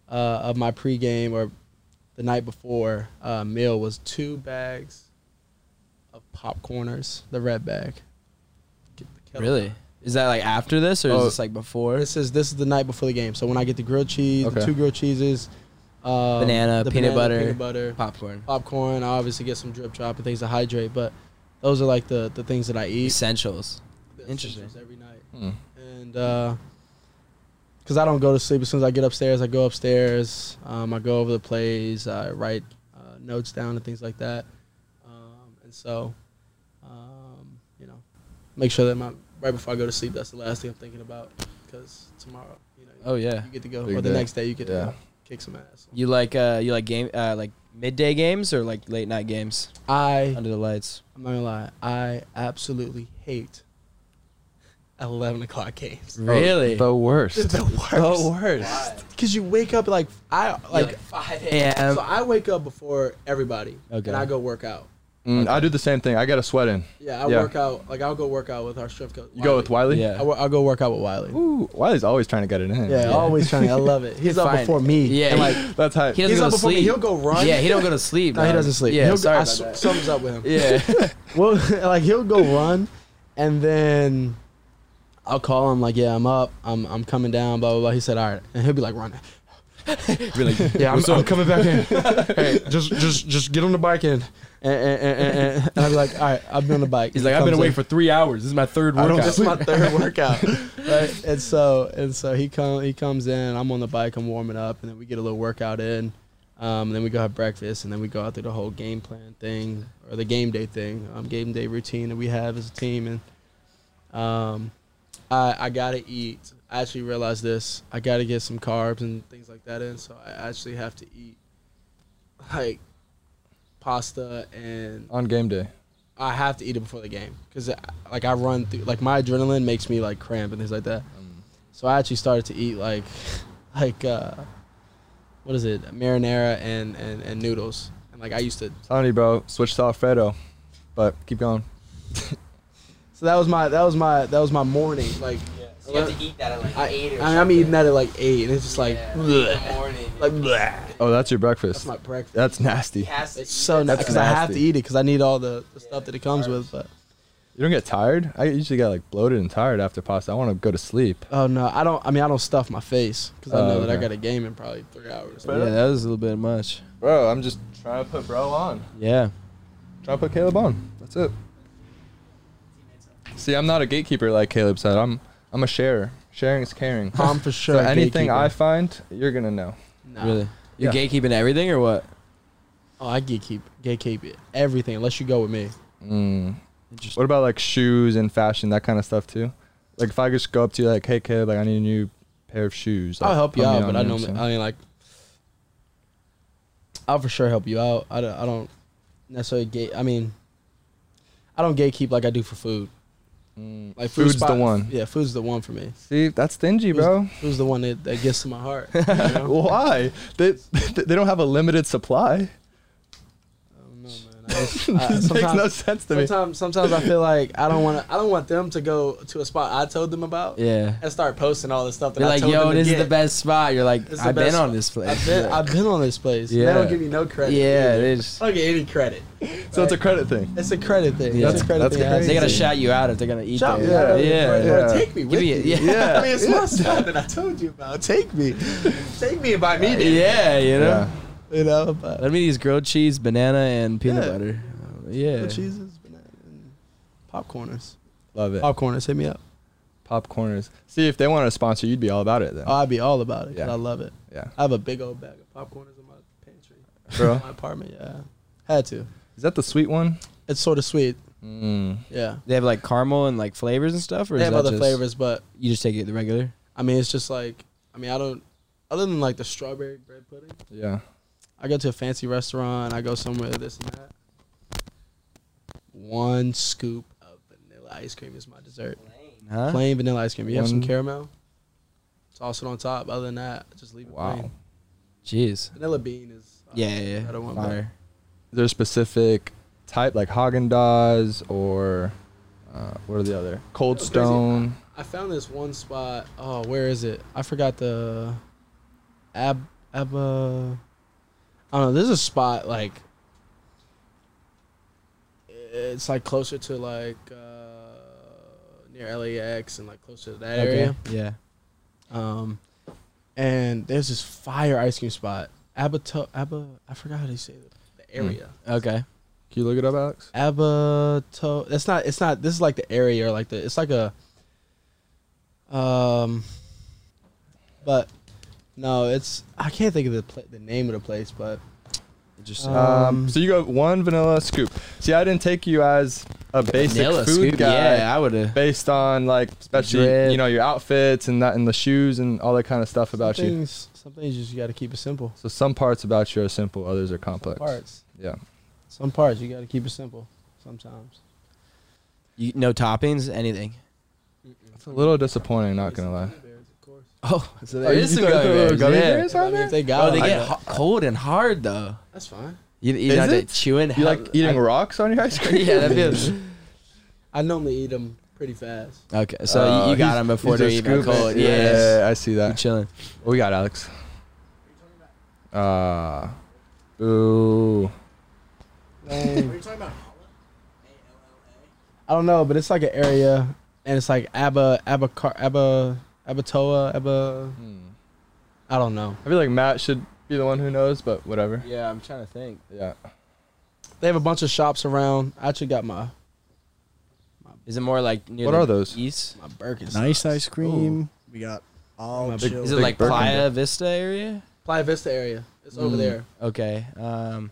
uh, of my pregame or the night before uh, meal was two bags of popcorners, the red bag. Get the kettle-
Really? Is that like after this or is
Oh.
this like before?
This is this is the night before the game. So when I get the grilled cheese, the
Okay.
two grilled cheeses, um,
Banana,
the
peanut butter,
peanut butter,
Popcorn.
popcorn. I obviously get some drip chop and things to hydrate, but those are like the, the things that I eat.
Essentials.
The
Interesting.
essentials Every night,
Hmm.
and because I don't go to sleep as soon as I get upstairs, I go upstairs. Um, I go over the plays. I write uh, notes down and things like that. Um, and so, um, you know, make sure that my right before I go to sleep, that's the last thing I'm thinking about because tomorrow, you know,
Oh yeah.
you get to go,
Big
or the
day.
next day you get to
Yeah.
go kick some ass.
You like uh you like game uh like midday games or like late night games
I
under the lights?
I'm not gonna lie, I absolutely hate eleven o'clock games.
the
Really?
It's
worst.
the worst.
Oh, worst.
Cause you wake up like I like,
five a.m.
so I wake up before everybody,
Okay.
and I go work out.
Mm, I do the same thing. I got a sweat in.
Yeah, I
Yeah.
work out. Like I'll go work out with our strength coach.
You go with Wiley.
Yeah.
I wo- I'll go work out with Wiley.
Ooh, Wiley's always trying to get it in.
Yeah, always trying. I love it. He's up
Fine.
before me.
Yeah,
And,
he-
like
That's how.
He doesn't
He's
go
up
to
before me.
sleep.
He'll go run.
Yeah, he don't go to sleep.
no, he
dog.
doesn't sleep.
Yeah,
he'll,
sorry
I
about
sw-
that.
Something's up with him.
yeah.
well, like he'll go run, and then I'll call him like, "Yeah, I'm up. I'm I'm coming down." Blah blah blah. He said, "All right," and he'll be like, "Running."
really.
Yeah, I'm, I'm coming back in. hey, just just just get on the bike in, and and, and, and, and. and I'll be like, "All right, I've been on the bike."
He's
He
like, I've been
comes
awake
in.
for three hours. This is my third
I don't
workout.
This is my third workout, right? And so and so he come he comes in. I'm on the bike. I'm warming up, and then we get a little workout in. Um, and then we go have breakfast, and then we go out through the whole game plan thing or the game day thing, um, game day routine that we have as a team. And um, I I gotta eat. I actually realized this. I gotta get some carbs and things like that in. So I actually have to eat like pasta and
On game day.
I have to eat it before the game because like I run through like my adrenaline makes me like cramp and things like that.
Mm.
So I actually started to eat like like uh, what is it marinara and, and and noodles and like I used to.
Tony, bro, switch to Alfredo. But keep going.
So that was my that was my that was my morning like.
So you have to eat that at like
I,
eight or
I mean, I'm eating that at like eight, and it's just like,
Yeah.
bleh,
morning.
like bleh.
Oh, that's your
that's
breakfast.
my breakfast.
That's nasty.
He has to
It's
eat
so
that
nice
That's
because I have to
nasty.
eat it because I need all the, the stuff that it comes with. But
You don't get tired? I usually get like bloated and tired after pasta. I want to go to sleep.
oh no, I don't. I mean, I don't stuff my face because I
Oh,
know that I
okay.
got a game in probably three hours.
yeah, that was a little bit much.
Bro, I'm just trying to put bro on.
Yeah.
Trying to put Caleb on. That's it. See, I'm not a gatekeeper like Caleb said. I'm I'm a sharer. Sharing is caring.
I'm for sure.
so
a
anything I
gatekeeper.
find, you're gonna know.
Nah.
Really.
Yeah.
You gatekeeping everything or what?
Oh, I gatekeep, gatekeep it. everything unless you go with me.
Mm.
Interesting.
What about like shoes and fashion, that kind of stuff too? Like if I just go up to you like, hey Caleb, like I need a new pair of shoes.
I'll help you
put me
out,
on,
but I
you
know.
what I'm
I mean, like, I'll for sure help you out. I don't, I don't necessarily gate. I mean, I don't gatekeep like I do for food.
saying? Mm.
Like food
Food's the
spot-
one.
Yeah, food's the one for me.
See, that's stingy,
Food's-
bro.
Food's the one that, that gets to my heart. you know?
Why? They they don't have a limited supply.
I don't know, man. I just, I-
It makes no
Uh, sometimes,
sense to me.
sometimes, sometimes I feel like I don't want to. I don't want them to go to a spot I told them about
Yeah.
and start posting all this stuff that
You're
I
like,
told
yo,
them to
this is
get.
the best spot. You're like,
It's the
I've been
best
on
spot.
this place.
I've been,
yeah,
I've been on this place. They
Yeah.
don't give me no credit.
yeah,
either.
they just
I don't get any credit.
So it's a credit thing.
It's a credit thing.
Yeah.
It's a credit
That's
thing.
crazy.
they gotta
Crazy.
shout you out if they're gonna eat
Shout me
there.
out.
Yeah.
Bro,
Yeah.
Take me with
Give me
you.
a- yeah.
I mean, it's my stuff that I told you about. Take me. Take me and buy me. dinner,
Yeah, you know.
Yeah.
You know, but
Let me eat these grilled cheese, banana, and peanut
Yeah.
butter. Uh, yeah.
Grilled cheeses, banana, and popcorners.
Love it.
Popcorners, hit me up.
Popcorners. See, if they wanted to sponsor, you'd be all about it then.
Oh, I'd be all about it 'cause
Yeah.
I love it.
yeah.
I have a big old bag of popcorners in my pantry,
Bro,
in my apartment. Yeah, had to.
is that the sweet one?
It's sort of sweet.
Mm.
Yeah,
They have like caramel and like flavors and stuff, or
they
is
have
that
other
just,
flavors, but
You just take it the regular.
I mean, it's just like I mean, I don't. Other than like the strawberry bread pudding,
Yeah.
I go to a fancy restaurant. I go somewhere this and that. One scoop of vanilla ice cream is my dessert.
Huh?
Plain vanilla ice cream. You have some
One-
caramel. Toss it on top. Other than that, just leave it
Wow.
plain.
Jeez.
Vanilla bean is. uh,
Yeah, yeah, yeah.
I don't want
Fire.
Is there a specific type like Haagen Dazs or uh, what are the other? Cold
That's crazy.
Stone.
I found this one spot. Oh, where is it? I forgot the. Ab Abba. I don't know. There's a spot like. It's like closer to like uh, near LAX and like closer to that
Okay.
area.
Yeah.
Um, and there's this fire ice cream spot. Abato, Abba, I forgot how they say the, the area.
Okay.
Can you look it up, Alex?
Abato. That's not. It's not. This is like the area or like the. It's like a. Um. But, no, it's I can't think of the pla- the name of the place, but
Interesting.
Uh, Um,
Um, so you go one vanilla scoop. See, I didn't take you as a basic
Vanilla
food
scoop,
guy
Yeah, I would have.
based on like especially
Drip.
you know your outfits and that and the shoes and all that kind of stuff about
some
you.
things, some things you just got to keep it simple.
So some parts about you are simple, others are complex.
Parts,
Yeah.
some parts you got to keep it simple. Sometimes.
You, no toppings, anything.
It's a little disappointing, not gonna lie.
Oh, so
there is some gummy bears. Yeah.
I mean, if they got
Oh, they
them,
get ho- cold and hard though.
that's fine.
You, you
Is
have
it?
to chew and
You like eating rocks on your ice cream?
yeah, that feels.
I normally eat them pretty fast.
Okay, so you, you
Oh, Uh, he's-
got them before
he's
they're
just
even
scooping.
cold.
Yeah,
Yeah,
I see
you
that.
chilling.
What we got, Alex? Uh, ooh.
I don't know, but it's like an area, and it's like Abba, Abba, Car- Abba, Abatoa, Abba.
Hmm.
I don't know.
I feel like Matt should be the one who knows, but whatever.
Yeah, I'm trying to think.
Yeah.
They have a bunch of shops around. I actually got my
Is it more like near
What
the
are those?
East?
my Birkin.
Nice ice cream. We got all
My big-
chill.
Is it
Big
like
Birkin.
Playa Vista area?
Playa Vista area. It's over
Mm,
there.
Okay. Um,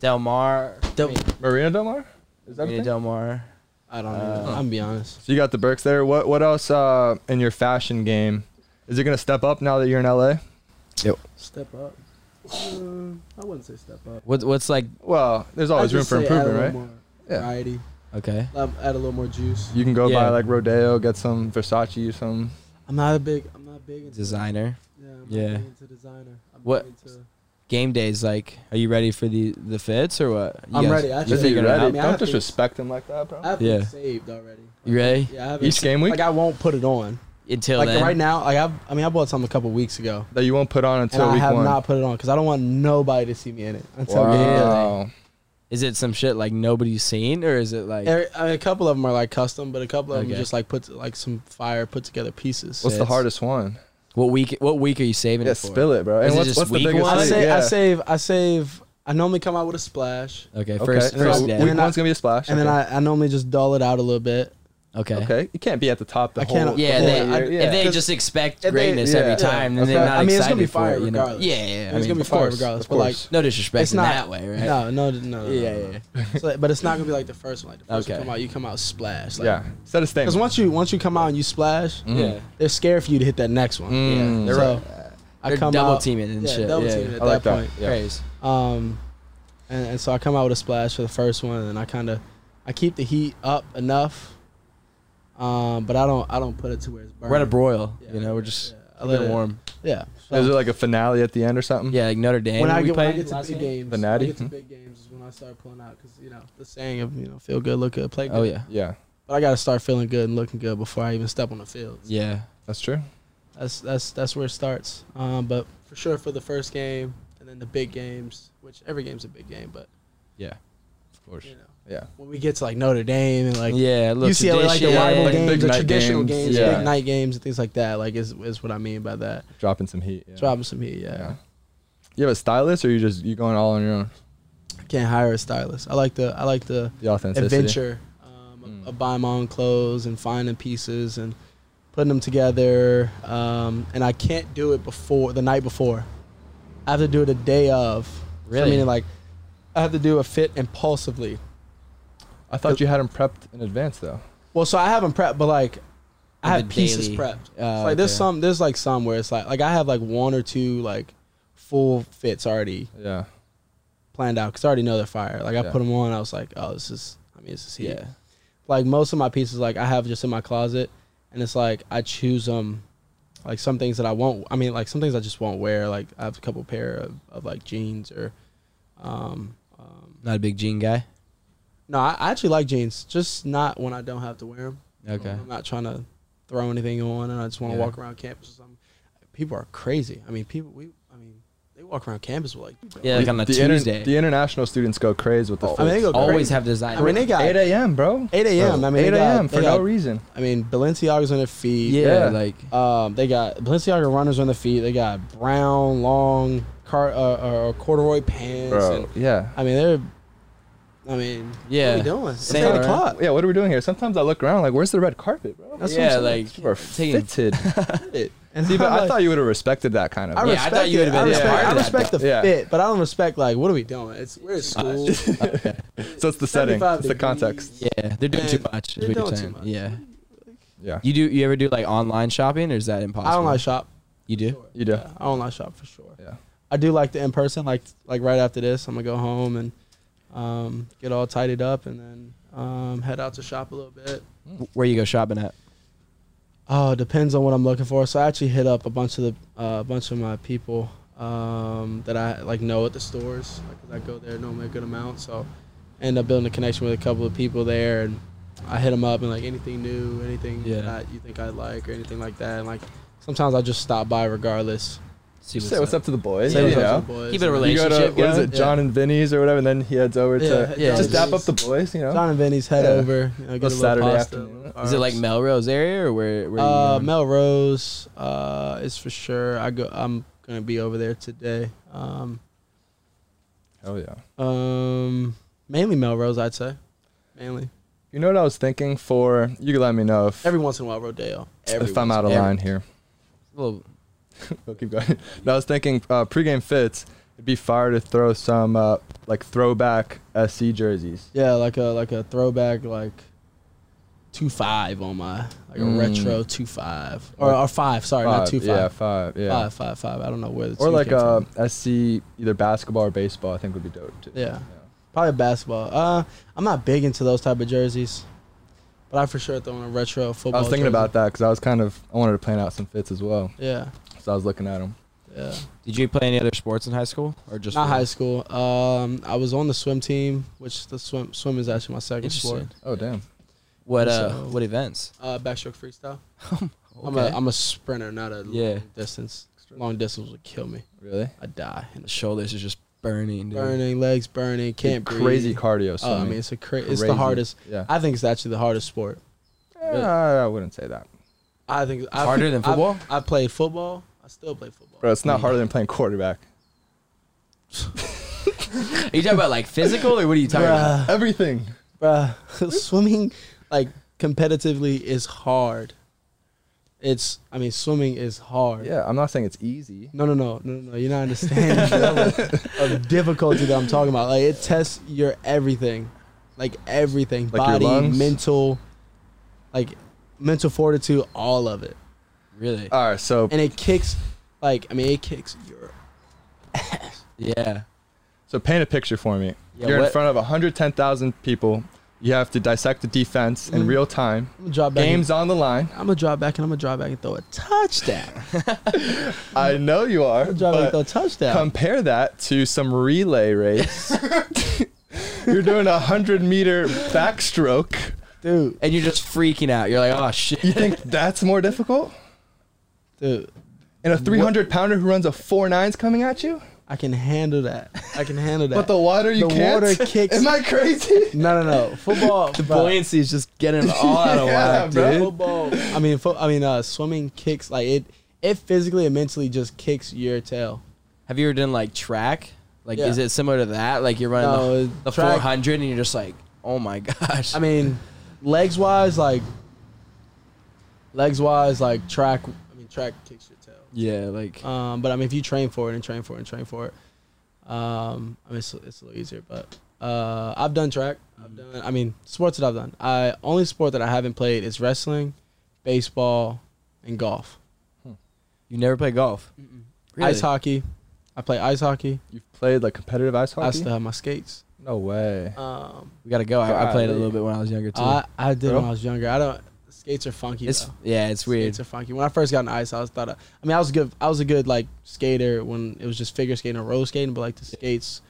Del Mar.
Del-
Marina
Marina Del Mar? Is that a thing?
Del Mar.
I don't
Uh,
know. I'm gonna be honest.
So you got the Burks there. What what else uh, in your fashion game? Is it gonna step up now that you're in LA?
Step up. Uh, I wouldn't say step up.
What, what's like?
Well, Oh, there's always
I'd
room
just
for
say add a
improvement,
little
right?
More
Yeah.
Variety.
Okay.
Um, add a little more juice.
You can go
Yeah.
buy like Rodeo, get some Versace, some.
I'm not a big. I'm not big into
Designer.
Yeah. I'm
Yeah.
Not big into designer. I'm
What-
big Into,
Game days. Like, are you ready for the the fits or what? You
I'm
guys-
ready, actually.
You
Is
Is he
figuring it
ready?
I
out?
mean, I
Don't
have things-
disrespect him like that, bro.
I have
Yeah.
yeah. saved already.
You ready?
Yeah. I haven't-
Each game week
Like I won't put it on.
Until
like
then.
right now, like I've, I mean, I bought some a couple weeks ago,
that you won't put on
and
until
I
week
have
one.
not put it on because I don't want nobody to see me in it until
wow.
we get it.
Is it some shit like nobody's seen, or is it like
Every- I mean, a couple of them are like custom, but a couple of them
Okay.
just like put like some fire put together pieces.
What's the
Sits.
hardest one?
what week? What week are you saving
Yeah,
it for?
spill it, bro.
Is
And
it
what's,
just
what's the
week
biggest?
one?
I
Honestly,
save,
yeah.
I save, I save. I normally come out with a splash,
Okay,
Okay,
first,
so
first
we-
day.
Week
And I-
one's gonna be a splash.
and then
okay.
I, I normally just dull it out a little bit.
Okay.
Okay, you can't be at the top the
I
whole.
can't-
the
Yeah,
whole
they,
year. yeah.
if they
'Cause
just expect
if they-
greatness
yeah.
every time, then
Okay.
they're not
I mean, it's
excited
gonna be
for
fire
it, you know?
regardless.
Yeah, yeah. yeah. I
it's
mean,
gonna be
of
fire
course,
regardless,
of
but like
course.
no disrespect
it's
in
not
that way, right?
no, no, no, no, no,
Yeah,
no,
yeah.
no. So, but it's not gonna be like the first one. Like the first
Okay.
one come out, you come out splash. Like,
yeah, set a
Because
standard.
once you once you come out and you splash,
Yeah.
they're scared for you to hit that next one.
Yeah.
Mm.
Mm-hmm. They're,
so I
they're
come
double
out,
teaming and
yeah,
shit.
double
yeah.
teaming at
I like
that,
that.
point.
Yeah.
Crazy.
Um, and, and so I come out with a splash for the first one, and I kind of I keep the heat up enough, um, but I don't I don't put it to where it's burning.
We're at a broil.
Yeah,
you know, we're just
yeah, I
a
let
little
it-
warm.
Yeah. So
Is it like a finale at the end or something?
Yeah, like Notre Dame.
when I
we
get when I
played
get to
last
big
game.
games,
The
when I
natty?
get to big games is when I start pulling out because you know the saying of you know feel good, look good, play good.
Oh yeah,
Yeah,
But I got to start feeling good and looking good before I even step on the field.
yeah.
that's true.
that's that's that's where it starts. Um, but for sure for the first game and then the big games, which every game's a big game, but
Of course.
you know
Yeah.
when we get to like Notre Dame and like
yeah, a little
UCLA, like the
tradition.
rival
like
games,
big
the
night
traditional
games,
games,
yeah.
big night games and things like that, like is is what I mean by that.
Dropping some heat. Yeah.
Dropping some heat, yeah.
Yeah. You have a stylist, or you just you going all on your own?
I can't hire a stylist. I like the I like the
The authenticity.
adventure um, of-
Hmm.
Mm.
of buying my own clothes and finding pieces and putting them together. Um, and I can't do it before the night before. I have to do it a day of.
Really?
I mean, like, I have to do a fit impulsively.
I thought you had him prepped in advance, though.
Well, so I haven't prepped, but like, I
Like
have
a
pieces
daily-
prepped.
Oh,
So, like, there's
okay.
some, there's like some where it's like, like I have like one or two like full fits already
Yeah.
planned out because I already know they're fire. Like I
Yeah.
put them on, I was like, oh, this is, I mean, this is heat.
Yeah.
like most of my pieces like I have just in my closet and it's like I choose them like some things that I won't I mean like some things I just won't wear like I have a couple pair of, of like jeans or um, um
Not a big jean guy.
no I, I actually like jeans just not when I don't have to wear them
Okay.
I'm not trying to throw anything on and I just want to
Yeah.
walk around campus or something people are crazy I mean people we I mean They walk around campus with like.
Yeah, like on a
the, inter-
Tuesday.
the international students go crazy with the.
Oh.
Oh,
I mean, they
foots.
go
always
crazy.
have design.
I mean, they got
8
8
a.m., bro.
8 I mean,
8
they got-
a.m. for
they
no
got-
reason.
I mean, Balenciaga's on their feet.
yeah,
Yeah.
like
Um, they got Balenciaga runners on the feet. They got brown, long, car, uh, uh, corduroy pants.
Bro,
And,
yeah.
I mean, they're. I mean,
Yeah.
What are we doing? It's
Same,
eight
right?
o'clock.
Yeah, what are we doing here? Sometimes I look around like, where's the red carpet, bro?
That's
yeah,
what I'm saying.
like
You are
taking.
fitted.
It. And
See, but
I'm
I
like-
thought you would have respected that kind of.
I
vibe.
respect
I thought
it.
you would've been
I
a
respect,
part of
I
that,
respect the
though. Yeah.
fit, but I don't respect like what are we doing? It's we're at school.
so it's the setting,
75
it's the context.
Yeah, they're doing
Man,
too much. Is
they're
what you're
doing too
saying.
much.
Yeah.
Yeah,
You do. You ever do like online shopping, or is that impossible?
I don't like shop.
You do.
you do.
I don't like shop for sure.
Yeah.
I do like the in person. Like like right after this, I'm gonna go home and um, get all tidied up, and then um, head out to shop a little bit.
Where you go shopping at?
Oh, it depends on what I'm looking for. So I actually hit up a bunch of the uh, a bunch of my people um, that I like know at the stores because I go there normally a good amount. So end up building a connection with a couple of people there, and I hit them up and like anything new, anything
Yeah.
that you think I like or anything like that. And like sometimes I just stop by regardless.
See
Say what's up to the boys.
Say what's
you
up to
know?
the boys.
Keep it a
And-
You go to
Relationship
what is
guy?
it, John and Vinny's or whatever, and then he heads over
Yeah,
to
yeah,
just dap up
Vinny's.
the boys, you know.
John and Vinny's head
Yeah.
over. You know, get a little
Saturday
pasta,
afternoon.
little
Is it like
carbs.
Melrose area or where? where you um,
Uh,
going?
Melrose uh, is for sure. I go. I'm gonna be over there today. Um,
Hell yeah.
um, mainly Melrose, I'd say. Mainly.
You know what I was thinking for? You can let me know if
Every once in a while, Rodeo. Every
if I'm
once-
out of
every-
line here.
Well,
We'll keep going. No, I was thinking uh, pregame fits. It'd be fire to throw some uh, like throwback SC jerseys.
Yeah, like a like a throwback like two five on my like a
Mm.
retro two five or, or five. Sorry, not
Five,
two five.
Yeah, five. Yeah.
Five, five, five. I don't know where the
Or
two
like
came
uh,
from.
SC either basketball or baseball. I think would be dope too.
Yeah. probably basketball. Uh, I'm not big into those type of jerseys, but I for sure throw on a retro football.
I was thinking
jersey.
about that because I was kind of I wanted to plan out some fits as well.
Yeah,
So I was looking at them.
yeah.
did you play any other sports in high school or just
Not
football?
high school. Um, I was on the swim team, which the swim swim is actually my second sport.
Interesting.
Oh damn.
What uh?
So-
what events?
Uh, backstroke freestyle. I'm a I'm a sprinter, not a
Yeah.
long distance. Long distance would kill me.
Really?
I die. in the sh-
Shoulders is just burning. Dude.
Burning legs, burning, can't breathe.
Crazy cardio.
Oh, I mean, it's a cra- it's the hardest.
Yeah.
I think it's actually the hardest sport.
Eh, I wouldn't say that.
I think I-
Harder than
I-
football?
I, played football. I still play football.
Bro, it's not harder than playing quarterback.
Are you talking about like physical or what are you talking about?
Everything.
Bruh, swimming like competitively is hard. It's I mean swimming is hard.
Yeah, I'm not saying it's easy.
No, no, no, no, no. You're not understanding the level of difficulty that I'm talking about. Like it tests your everything, like everything,
your
body,
lungs?
mental, like mental fortitude, all of it.
Really?
All right, so
And it kicks, like I mean, it kicks your.
Yeah.
so paint a picture for me.
Yeah,
You're in
what-
front of 110,000 people. You have to dissect the defense
Mm.
in real time.
I'm gonna drop back.
Games on the line.
I'm gonna drop back and I'm gonna drop back and throw a touchdown.
I know you are.
Drop back and throw a
but
touchdown.
compare that to some relay race. You're doing a 100 meter backstroke.
dude,
And you're just freaking out. You're like, oh
You
shit.
think that's more difficult?
dude,
And a 300 pounder who runs a four nines coming at you?
I can handle that. I can handle that.
But the water you
The
can't.
water kicks-
Am I crazy?
no, no, no. Football.
The
bro.
buoyancy is just getting all out of
Yeah,
whack,
bro.
dude.
Football. I mean, fo- I mean, uh, swimming kicks like it. It physically and mentally just kicks your tail.
Have you ever done like track? Like,
Yeah.
is it similar to that? Like, you're running
No,
the, the
track-
400 and you're just like, oh my gosh.
I mean, legs wise, like legs wise, like track. I mean, track kicks your tail.
yeah, like,
Um, but I mean, if you train for it and train for it and train for it, um, I mean, it's, it's a little easier. But uh, I've done track. I've done. I mean, sports that I've done. I only sport that I haven't played is wrestling, baseball, and golf.
you never play golf.
Ice hockey. I play ice hockey.
You've played like competitive ice
I
hockey?
still have my skates.
No way.
Um,
We gotta go. I, I played a
Golly.
little bit when I was younger too.
I, I did when
Bro?
I was younger. I don't. Skates are funky.
it's
though.
yeah, it's weird.
Skates are funky. When I first got on ice, I was thought. I, I mean, I was good. I was a good like skater when it was just figure skating or roller skating. But like the skates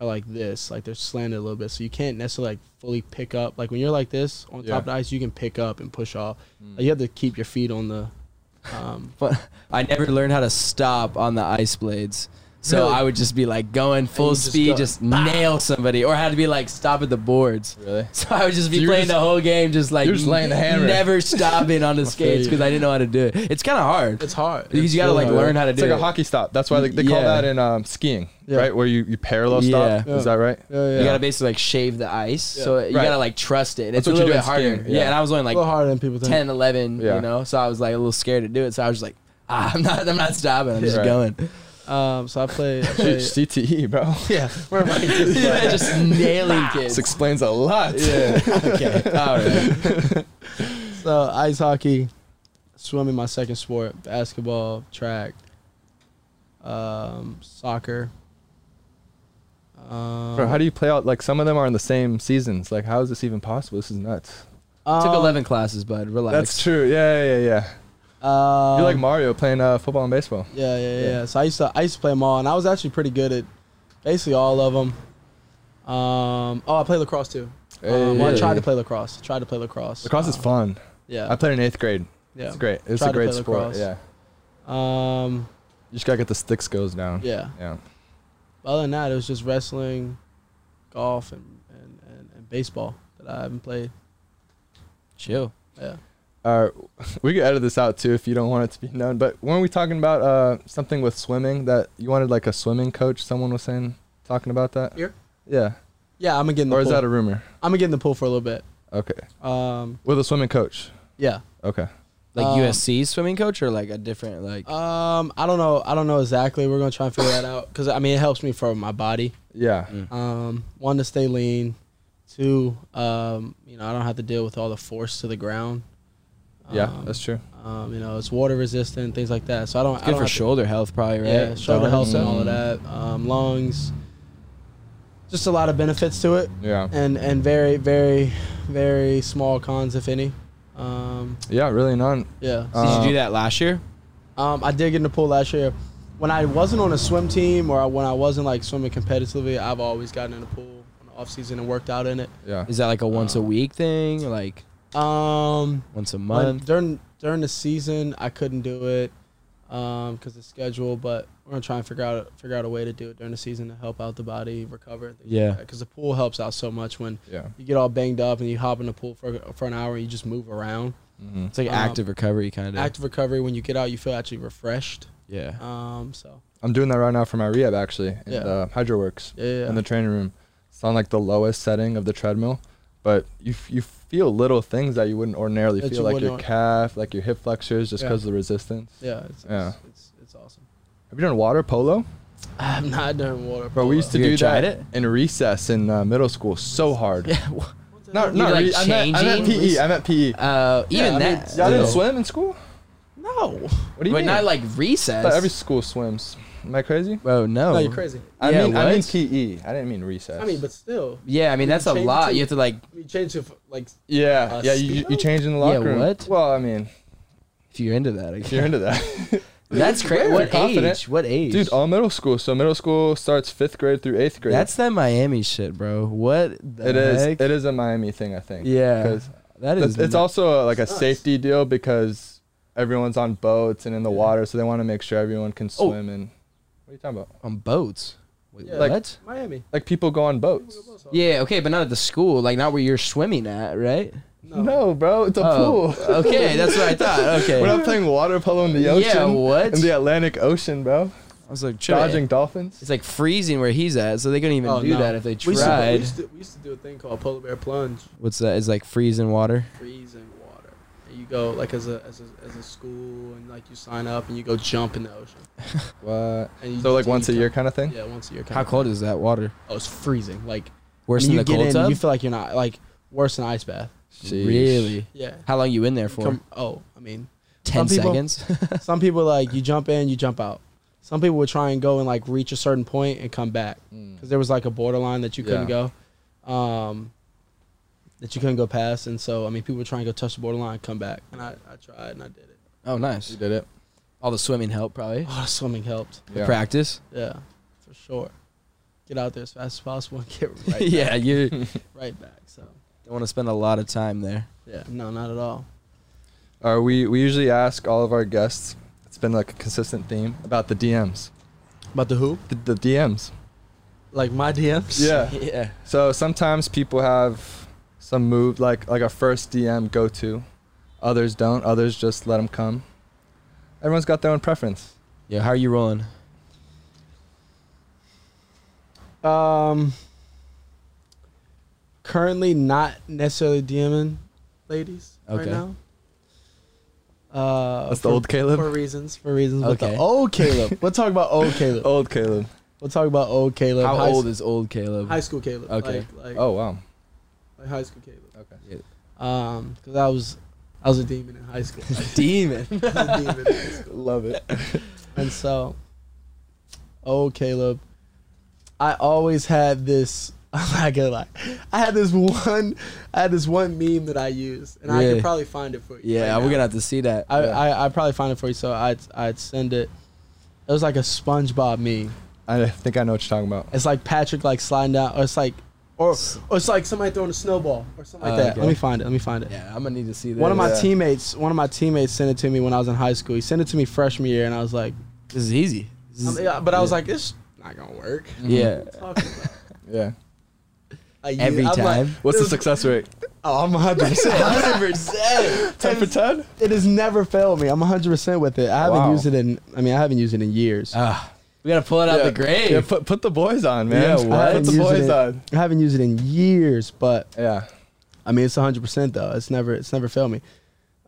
are like this, like they're slanted a little bit, so you can't necessarily like fully pick up. Like when you're like this on
Yeah.
top of the ice, you can pick up and push off.
Mm.
Like, you have to keep your feet on the. Um,
But I never learned how to stop on the ice blades. So
Really?
I would just be like going full
you just
speed,
go,
just nail somebody, or I had to be like stop at the boards.
Really?
So I would just be
So you were
playing
just-
the whole game, just like
you were just laying the hammer.
never stopping on the
you.
skates because I didn't know how to do it. It's kind of hard
It's hard.
because you got to like learn how to
It's
do
like a
it.
hockey stop. That's why they, they call
Yeah.
that in um, skiing,
Yeah.
right? Where you, you parallel stop.
Yeah.
Is that right?
Yeah, yeah.
You gotta basically like shave the ice, so you
Right.
gotta like trust it. And
That's
it's a
what you
little
do
bit
in
harder.
skiing,
Yeah.
yeah.
and I was only
a little
like
harder than people think.
10, 11,
Yeah.
you know, so I was like a little scared to do it. So I was just like, ah, I'm not, I'm not stopping. I'm just
Right.
going.
Um, so I played. I
Dude,
played
CTE, E, bro. Yeah. Where am I?
yeah, just nailing kids.
This explains a lot.
okay, all right.
so ice hockey, swimming my second sport, basketball, track, um, soccer. Um,
Bro, how do you play out? Like some of them are in the same seasons. Like how is this even possible? This is nuts.
Took
um,
11 classes, bud. Relax.
That's true. Yeah, yeah, yeah.
Um,
You're like Mario playing uh, football and baseball.
Yeah, yeah,
Yeah.
yeah, So I used to I used to play them all, and I was actually pretty good at basically all of them. Um, oh, I played lacrosse too. Um, well, I
Hey.
tried to play lacrosse. Tried to play lacrosse. Um,
Lacrosse is fun.
Yeah,
I played in eighth grade.
yeah.
It's great. It's
Tried
a
to
great
play
sport.
lacrosse.
Yeah.
Um,
You just gotta get the stick skills down.
yeah.
Yeah.
Other than that, it was just wrestling, golf, and and, and, and baseball that I haven't played.
Chill.
Yeah.
All right. Uh, We could edit this out too if you don't want it to be known. But weren't we talking about uh, something with swimming that you wanted like a swimming coach? Someone was saying talking about that.
Here?
Yeah.
Yeah, I'm gonna get in the
Or
pool.
is that a rumor?
I'm gonna get in the pool for a little bit.
Okay.
Um,
With a swimming coach.
yeah.
Okay.
Like
Um,
USC swimming coach or like a different, like,
Um, I don't know. I don't know exactly. We're gonna try and figure that out because I mean it helps me for my body.
Yeah.
Um, one to stay lean. Two, um, you know, I don't have to deal with all the force to the ground.
Yeah.
Um,
that's true.
Um, you know, it's water resistant, things like that. So I don't. I
good
don't
for
have to-
shoulder health, probably, right?
Yeah, shoulder health and all of
Mm.
that. Um, lungs. Just a lot of benefits to it,
Yeah.
and and very very very small cons if any. Um,
Yeah. Really none.
yeah.
Did
Uh,
you do that last year?
Um, I did get in the pool last year. When I wasn't on a swim team or when I wasn't like swimming competitively, I've always gotten in the pool on the off season and worked out in it.
Yeah.
Is that like a once a week thing? Or like
Um,
once a
when-
month?
during during the season, I couldn't do it because the schedule. But we're gonna try and figure out figure out a way to do it during the season to help out the body recover.
Yeah.
because the pool helps out so much when
Yeah.
you get all banged up and you hop in the pool for for an hour and you just move around.
hmm
It's like
um,
active recovery kind of.
Active recovery when you get out, you feel actually refreshed.
yeah.
Um, so
I'm doing that right now for my rehab actually in
Yeah.
the HydroWorks
yeah, yeah,
in the training room. It's on like the lowest setting of the treadmill, but you f- you feel little things that you wouldn't ordinarily
That
feel,
you
like
wouldn't
your
or-
calf, like your hip flexors, just
Yeah.
because of the resistance.
yeah, it's,
Yeah.
It's, it's it's awesome.
Have you done water polo?
I'm not doing water
Bro, we used to
You
do
tried
that
it?
in recess in uh, middle school. So hard.
Yeah. wha-
Not,
You
not
like
re- I meant, I meant
changing?
PE. I meant PE.
Uh, even
I mean,
that.
Y'all didn't
though.
swim in school?
No,
What do you
Wait,
mean?
not like
I
recess.
thought every school swims. Am I crazy?
Bro, no.
no, you're crazy.
I
Yeah,
mean, I mean
what?
PE. I didn't mean recess.
I mean, but still,
Yeah, I mean
You
that's a
change
lot.
to-
You have to like,
you change it like
yeah,
Uh,
yeah. You, you
speedo?
change in the
Yeah,
locker room.
what?
Well, I mean,
if you're into that, I
if
guess.
you're into that,
that's crazy. What
confident.
age? What age,
dude. All middle school. So middle school starts fifth grade through eighth grade.
that's that Miami shit, bro. What the
it is.
heck?
It is a Miami thing, I think.
Yeah.
'Cause
That
it's-
is.
it's
n-
also uh, like a
Sucks.
safety deal because everyone's on boats and in the water, so they want to make sure everyone can
Oh.
swim. And what are you talking about?
on boats. Wait,
Yeah.
what?
Like- Miami.
Like people go on boats.
yeah, okay, but not at the school. Like not where you're swimming at, right?
No, bro, it's a
Oh,
pool.
okay, that's what I thought. Okay,
We're not playing water polo in the
Yeah,
ocean.
what?
In the Atlantic Ocean, bro.
I was like
Dodging dolphins.
It's like freezing where he's at, so they couldn't even
Oh,
do
no.
that if they
We used, to, we,
tried.
used to, we used to do a thing called polar bear plunge,
What's that? It's like freezing water.
freezing water. And you go like as a, as a as a school and like you sign up and you go jump in the ocean.
What?
And you
So like
just-
once a
you
year
come-
kind of thing.
Yeah, once a year. Kind
How
of
cold is that water?
Oh, it's freezing. Like
Worse
when
than
you
the
get
cold
in,
tub.
you feel like you're not like worse than ice bath.
Sheesh.
Really?
Yeah.
How long you in there for?
Come- oh, I mean,
Ten
Some people-
seconds.
some people like you jump in, you jump out. Some people would try and go and like reach a certain point and come back
Mm.
because there was like a borderline that you couldn't
Yeah.
go, um, that you couldn't go past. And so I mean, people were trying to go touch the borderline, come back, and I, I tried and I did it.
oh,
You
nice.
did it.
All the swimming help probably.
Oh, the swimming helped.
The
Yeah.
practice.
Yeah, for sure. Get out there as fast as possible and get right, back-
yeah, you don't
right back. So
want to spend a lot of time there.
yeah, no, not at all.
All right, we we usually ask all of our guests. It's been like a consistent theme about the DMs.
About the who?
The, the DMs.
Like my DMs?
Yeah.
yeah.
So sometimes people have some move like like a first DM go to, others don't. Others just let them come. Everyone's got their own preference.
Yeah, how are you rolling?
Um, currently not necessarily DMing ladies
Okay.
right now. Uh,
That's
for,
the old Caleb.
for reasons, for reasons. Okay.
Okay.
the old Caleb. we'll talk about old Caleb.
Old Caleb.
We'll talk about old Caleb.
How
high
old
s-
is old Caleb?
high school Caleb?
Okay.
Like, like,
Oh wow.
like high school Caleb.
Okay.
Yeah.
Um, because I was, I was a demon in high school.
Demon.
I was a demon in high school.
Love it.
And so, oh Caleb, I always had this. I'm not gonna lie. I had this one. I had this one meme that I used, and I
Yeah.
could probably find it for you.
Yeah,
right
we're
now.
gonna have to see that.
I,
yeah.
I I probably find it for you. So I'd I'd send it. It was like a SpongeBob meme.
I think I know what you're talking about.
It's like Patrick like sliding down, or it's like, or or it's like somebody throwing a snowball or something like
Uh,
that.
okay.
Let me find it. Let me find it.
yeah, I'm gonna need to see that.
One of my
Yeah.
teammates, one of my teammates sent it to me when I was in high school. He sent it to me freshman year, and I was like,
This is easy. This
I'm-
is-
yeah, but I was like, it's not gonna work.
yeah.
Talking about.
Yeah.
Like,
Every
you- I'm like,
time.
What's the success rate?
oh, I'm 100. percent
Ten for ten.
It has never failed me. I'm 100 percent with it. I haven't
Wow. Uh.
used it in. I mean, I haven't used it in years.
Ah, we gotta pull it out the grave.
Yeah, put put the boys on, man.
Yeah,
I
what?
Put
haven't
the
used it
boys
in-
on.
I haven't used it in years, but
Yeah.
I mean, it's 100 percent though. It's never. It's never failed me.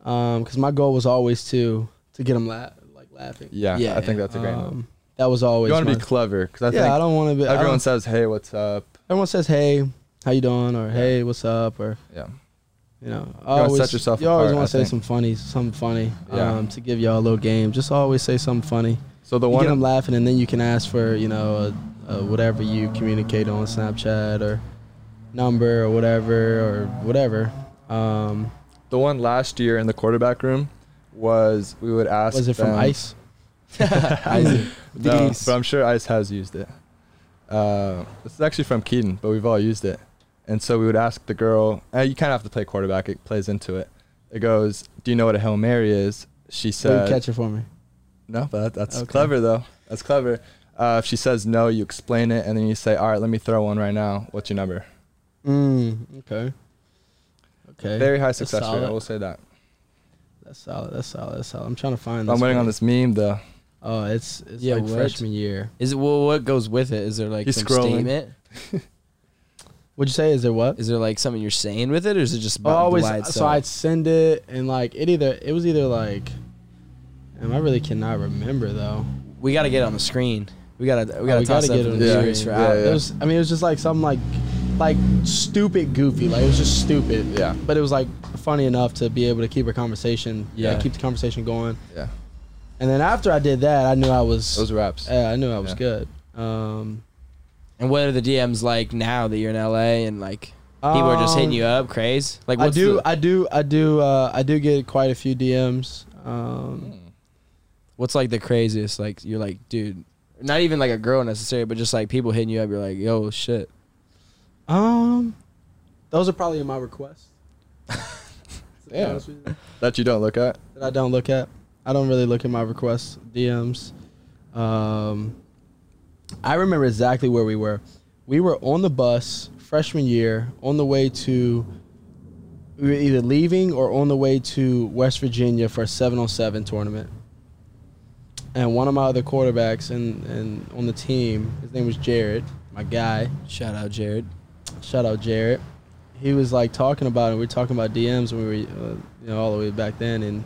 Um, because my goal was always to to get them la- like laughing.
Yeah.
Yeah.
I think that's a great. one.
Um, that was always.
You want to
my-
be clever because I think
yeah, I don't want to be. I
everyone
don't-
says, "Hey, what's up?"
everyone says, "Hey, how you doing?" or "Hey, what's up?" or
Yeah.
You know,
gotta
always,
set yourself
you always
apart,
want
I
to say
think.
some funny, something funny,
Yeah.
um, to give y'all a little game. Just always say something funny.
So the
You
one
get them laughing, and then you can ask for you know uh, uh, whatever you communicate on Snapchat or number or whatever or whatever. Um,
The one last year in the quarterback room was we would ask.
was it from
them-
Ice?
Isaac.
No,
These.
but I'm sure Ice has used it. Uh, this is actually from Keaton, but we've all used it. And so we would ask the girl. Uh, you kind of have to play quarterback. It plays into it. It goes, "Do you know what a hail mary is?" She
Will
said,
you catch it for me?
"No, but that, that's
Okay.
clever though. That's clever." Uh, if she says no, you explain it, and then you say, "All right, let me throw one right now. What's your number?"
Mm, okay. Okay.
Very high
That's
success rate.
solid.
I will say that.
That's solid. That's solid. That's solid. I'm trying to find.
I'm
this
waiting
one.
on this meme though.
Oh, it's it's
Yeah,
like
what?
freshman year.
Is it well? What goes with it? Is there like
He's
some
scrolling.
statement?
What'd you say? Is there what?
Is there like something you're saying with it, or is it just
I
about the
always
wide
so
cell?
I'd send it and like it either it was either like and I really cannot remember though.
we gotta get it on the screen. We gotta we gotta
Oh, we
toss
gotta
it
get it
up
on
to the
the
viewers for
screen.
hours.
It was I mean it was just like something like like stupid goofy. Like it was just stupid.
Yeah.
But it was like funny enough to be able to keep a conversation. Yeah.
Yeah.
keep the conversation going.
Yeah,
And then after I did that I knew I was
those raps.
yeah, I knew I was
yeah.
good. Um
And what are the DMs like now that you're in LA and like people are just hitting
Um,
you up, craze? Like
I
what's
do,
the-
I do, I do, uh, I do get quite a few DMs.
Hmm.
Um,
what's like the craziest? Like you're like, dude, not even like a girl necessarily, but just like people hitting you up. You're like, yo, shit.
um, those are probably my requests. To be
Damn.
honest with you.
That you don't look at.
that I don't look at. I don't really look at my requests, DMs. Um, I remember exactly where we were. We were on the bus freshman year on the way to, we were either leaving or on the way to West Virginia for a 7 on 7 tournament. And one of my other quarterbacks and, and on the team, his name was Jared, my guy.
Shout out Jared.
Shout out Jarrett. He was like talking about it. We were talking about DMs when we were, uh, you know, all the way back then, and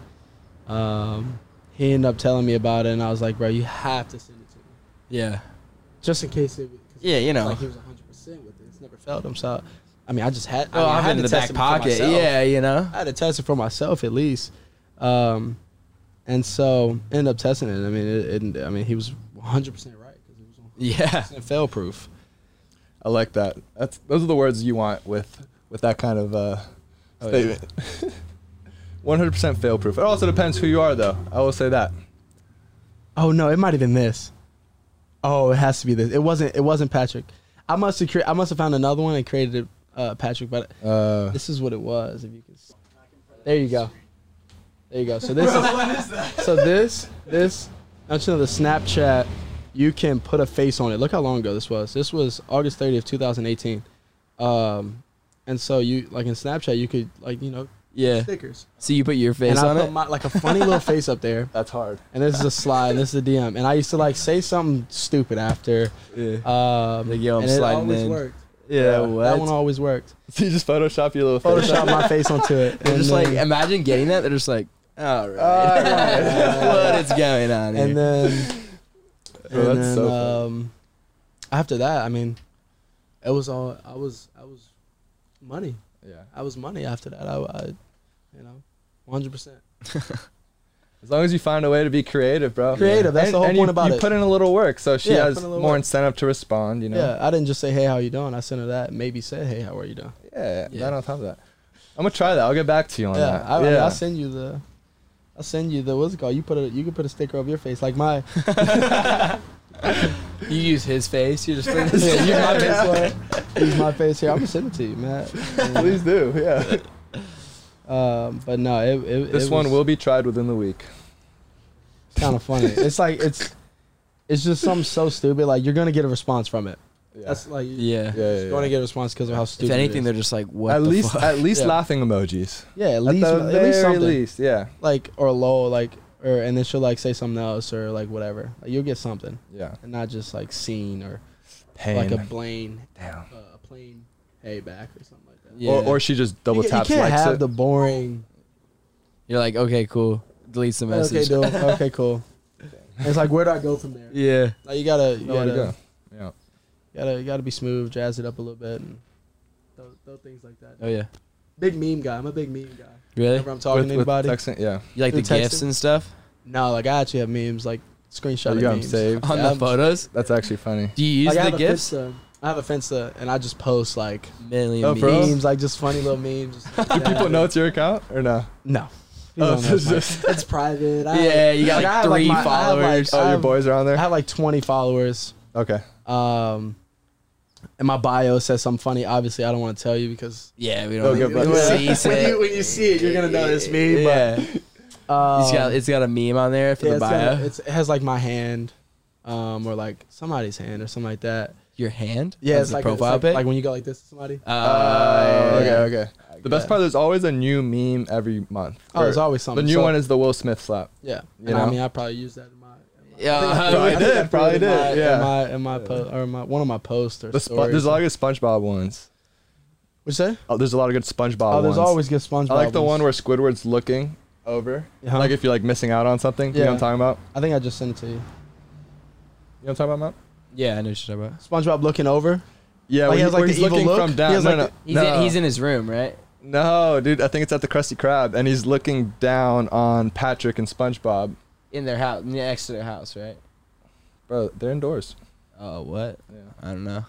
um, he ended up telling me about it, and I was like, bro, you have to send it to me,
Yeah.
just in case it. 'cause
Yeah, you know.
Like he was 100 percent with it. It's never failed him. So, I mean, I just had.
Oh,
I, mean, I
I'm
had
in
to
the
test
back
it for
pocket.
myself.
Yeah, you know.
I had to test it for myself at least, um, and so ended up testing it. I mean, it, it, I mean, he was 100 percent right because it was 100
Yeah.
percent fail proof.
I like that. That's those are the words you want with with that kind of uh,
Oh,
statement. One hundred percent fail proof. It also depends who you are, though. I will say that.
Oh no, it might have been this. Oh, it has to be this. It wasn't. It wasn't Patrick. I must have. Cre- I must have found another one and created it, uh, Patrick. But
Uh,
this is what it was. If you can. See. There you go. There you go. So this is. So this this. I just know the Snapchat. you can put a face on it. Look how long ago this was. This was August 30th, 2018. Um, and so you like in Snapchat, you could like you know
Yeah.
stickers.
So you put your face
and I
on
put
it.
my like a funny little face up there.
That's hard.
And this is a slide. and this is a DM. And I used to like say something stupid after.
yeah.
Uh,
Um,
Like, yo, I'm
and it
sliding
always
in.
worked.
yeah.
That
What?
one always worked.
So you just Photoshop your little face.
Photoshop my face onto it.
They're
and
just like,
then-
imagine getting that. They're just like, all right, what is going on here?
and then,
Bro,
and
that's
then,
so funny.
um, after that, I mean, it was all I was. I was money.
Yeah.
I was money after that. I, I you know, one hundred percent.
As long as you find a way to be creative, bro.
Creative, that's
And-
the whole
and
point
you,
about
you
it.
put in a little work, so she
Yeah, put
has
in a little
more
work.
incentive to respond. You know.
Yeah, I didn't just say, "Hey, how you doing?" I sent her that. Maybe said, "Hey, how are you doing?"
Yeah, yeah,
Yeah.
that on top of that. I'm gonna try that. I'll get back to you on
yeah,
that.
I, I mean, I'll send you the. I'll send you the what's it called? You put a you can put a sticker over your face like my
you use his face. You just
yeah, use my face like, use my face here. I'm gonna send it to you, Matt.
Please do. Yeah.
Um, but no, it, it
this one will be tried within the week.
kind of funny. It's like it's it's just something so stupid. Like you're gonna get a response from it.
Yeah.
That's like you-
yeah.
yeah, yeah,
you're
yeah.
gonna get a response because of how
If
stupid.
anything,
it
they're just like, what?
at
the
least,
fuck?
at least
Yeah.
laughing emojis.
is. yeah, at least
at
at,
the
least
very
something
least, yeah,
like or low, like or and then she'll like say something else or like whatever. Like, you'll get something
yeah.
and not just like scene or
Pain.
like a blame
Damn.
uh, a plain hey back or something like that.
Yeah.
Or, or she just double
you, ca- you
taps
can't
likes
have
it.
the boring.
You're like, okay, cool. Deletes the message.
Okay, dude. Okay, cool. it's like where do I go from there?
Yeah.
Like you gotta, you
Nowhere
gotta,
to go. Yeah.
gotta, you gotta be smooth, jazz it up a little bit, and throw, throw things like that.
Oh yeah.
Big meme guy. I'm a big meme guy.
Really?
Whenever I'm talking
With-
to
with
anybody,
texting, yeah.
You like the
Through texting?
gifts and stuff
no, like I actually have memes, like
Oh,
screenshot
you
of
got 'em
memes.
saved?
on
Yeah,
the
I'm-
photos?
That's actually funny.
Do you use
Like, I
the
have a
gifts?
Finsta. I have a Finsta, and I just post like
Million
Oh,
memes.
Bro.
memes, like just funny little memes. just like
Do
that.
people know it's your account or no?
No.
Oh,
People don't know
so it's
it's, mine. It's private. I
Yeah, you got
I
like
have,
three
my- I have, like,
followers.
I
Oh, your
have-
boys are on
I
there.
have like 20 followers.
Okay.
Um, and my bio says something funny. Obviously, I don't want to tell you because
Yeah, we
Oh,
don't.
good,
we don't
but-
see it.
when you see it, you're gonna know it's me.
Yeah.
But um,
it's got it's got a meme on there for
yeah,
the
it's
bio.
got- it's- it has like my hand, um, or like somebody's hand or something like that.
Your hand?
Yeah,
That's
it's
the
like
profile
it's like,
pic.
like when you go like this to somebody.
Uh,
Oh,
yeah.
okay, okay. The best part there's always a new meme every month.
Oh, there's
Or-
always something.
The new
So-
one is the Will Smith slap.
Yeah,
You
and I
know?
mean, I probably use that in my. in my-
Yeah,
Probably
I think I
did,
put
probably
it in my-
did, yeah.
in my in my po- or my one of my posts or
The spo-
stories.
there's a lot of good SpongeBob ones.
What'd you say?
Oh, there's a lot of good SpongeBob.
Oh, there's
ones.
always good SpongeBob.
I like the one
ones.
where Squidward's looking over.
Uh-huh.
Like if you're like missing out on something. You know
Yeah.
what I'm talking about?
I think I just sent it to you.
You know what I'm talking about? Matt?
Yeah, I know what you're talking about.
SpongeBob looking over.
Yeah,
Like,
when
he
you-
has, like,
where
the
he's
evil
looking
look?
from down.
He has,
no,
like,
no,
the-
He's,
no.
in, he's in his room, right?
No, dude, I think it's at the Krusty Krab, and he's looking down on Patrick and SpongeBob.
In their house, next to their house, right?
Bro, they're indoors.
Oh, what?
Yeah.
I don't know.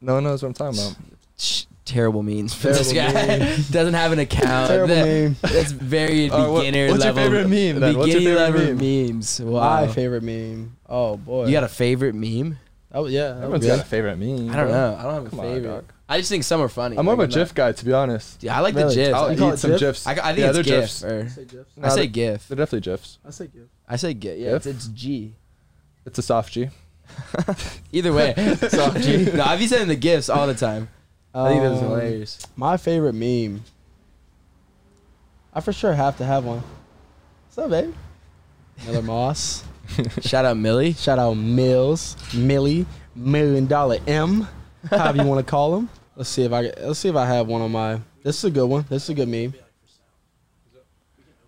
No one knows what I'm talking about.
Shh, terrible means for this
Terrible
guy. Doesn't have an account.
Terrible
That-
meme.
That's very
All right, Uh, what-
beginner
what's your
level.
favorite meme, then? What's your
Beginner
favorite
level memes. Wow.
My favorite meme. Oh boy.
You got a favorite meme?
Oh yeah. that
Everyone's
was-
got a favorite meme.
I don't
bro.
know. I don't have a
Come on,
favorite.
dog.
I just think some are funny.
I'm more of a
Like,
GIF Oh, guy, to be honest.
Yeah, I like
Really?
the GIFs.
I'll
I,
You call
eat
it
some
GIF?
GIFs.
I, I think
yeah,
it's
they're
GIF.
GIFs.
or-
I say GIFs.
I
No,
say
they're-
GIF.
They're definitely GIFs.
I say GIF.
I say GIF. Yeah,
GIF?
it's, it's G.
It's a soft G.
Either way, so G. No, I be sending the GIFs all the time. I think that's
Um,
hilarious.
My favorite meme. I for sure have to have one. What's up, babe? Miller Moss.
Shout out Millie.
Shout out Mills, Millie, Million Dollar M, however you want to call him. Let's see if I get- let's see if I have one on my. This is a good one. This is a good meme.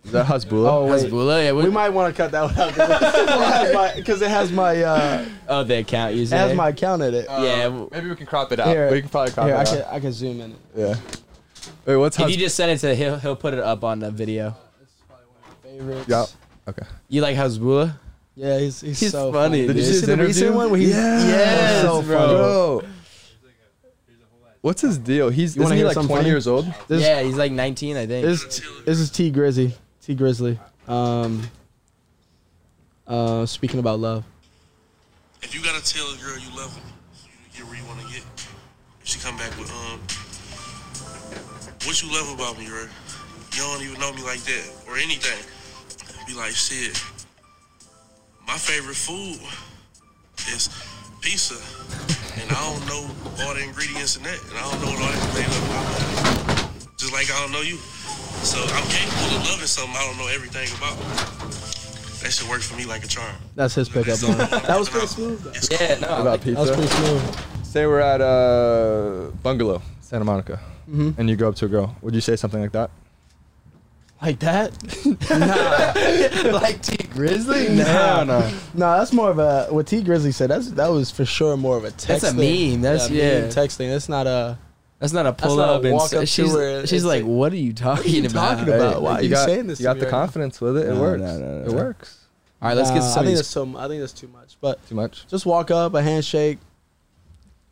Is that Hasbula?
Oh wait,
Hasbula. Yeah, what,
we might want to cut that one out because it has my uh,
oh, the account
it
user.
has my account in it.
yeah. w-
Maybe we can crop it out.
Here.
we can probably crop
Here, I
it
can
out.
I can zoom in. It.
Yeah. Wait, what's
If you
Hasbula?
just send it to he'll he'll put it up on the video.
Favorites.
Yeah. Okay.
You like Hasbula?
Yeah, he's he's,
He's
so funny.
funny, dude.
Did you
Did
see the recent one where he's
yes,
Yes, so
bro.
funny.
Bro. What's his deal? He's
You wanna
isn't he
hear
like
something
20
funny?
years old?
This-
yeah, he's like 19, I think.
This this is T Grizzly. T Grizzly. Um. Uh, speaking about love.
If you gotta tell a girl you love her, so you can get where you wanna get. If she come back with um, what you love about me, right? You don't even know me like that or anything. Be like, shit. My favorite food It's pizza, and I don't know all the ingredients in that, and I don't know what all that's made up. I don't know. Just like I don't know you. So I'm capable of loving something I don't know everything about. That should work for me like a charm.
That's his pickup line. That was pretty smooth. Though.
Yeah, no.
about
That was pretty
pizza.
smooth.
Say we're at uh, bungalow, Santa Monica,
Mm-hmm.
and you go up to a girl. Would you say something like that?
Like that?
like T Grizzly?
No, no.
No, that's more of a what T Grizzly said. That's that was that was for sure more of a text.
That's a
thing.
meme. That's- yeah.
texting. That's not a.
That's not a pull
not a
up and
walk
s-
up to
she's
her and
she's
say,
like, what are you talking
you
about?
talking about? Why are you
got,
saying this to
You got
me
the
right now?
confidence with it. It
No,
works.
no, no, no,
It
no.
works.
All right, let's get
Nah,
to
I
some of
think
these.
that's so. I think that's too much. But
Too much.
just walk up, a handshake,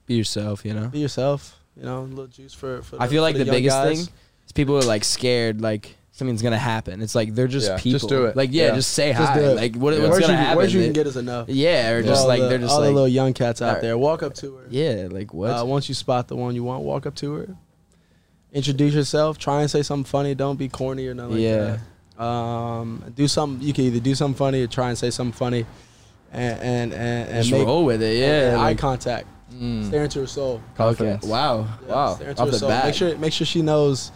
Be yourself, you know.
be yourself. You know, a little juice for. for
I feel
for
like the,
young
biggest
guys.
thing is people are like scared, like something's gonna happen. It's like they're just
Yeah, just
people.
do it.
Like yeah,
Yeah.
just say
Just
hi.
do it.
Like what,
Yeah.
what's
Words
gonna
you,
happen?
Words you can
They-
get is enough.
yeah, or
For
just
all
like
the-
they're just
all
like
the little young cats out
Alright.
there. Walk up to her.
yeah, like what?
Uh, once you spot the one you want, walk up to her, introduce yourself, try and say something funny. Don't be corny or nothing.
Yeah.
Like that. Um, do something. You can either do something funny or try and say something funny, and and and, and
just
make
roll with it. Yeah,
and eye
like-
contact. Stare into her soul.
okay.
Confidence.
Wow,
Yeah,
wow.
Stare into
Off
her
the
soul.
bat,
Make sure make sure she knows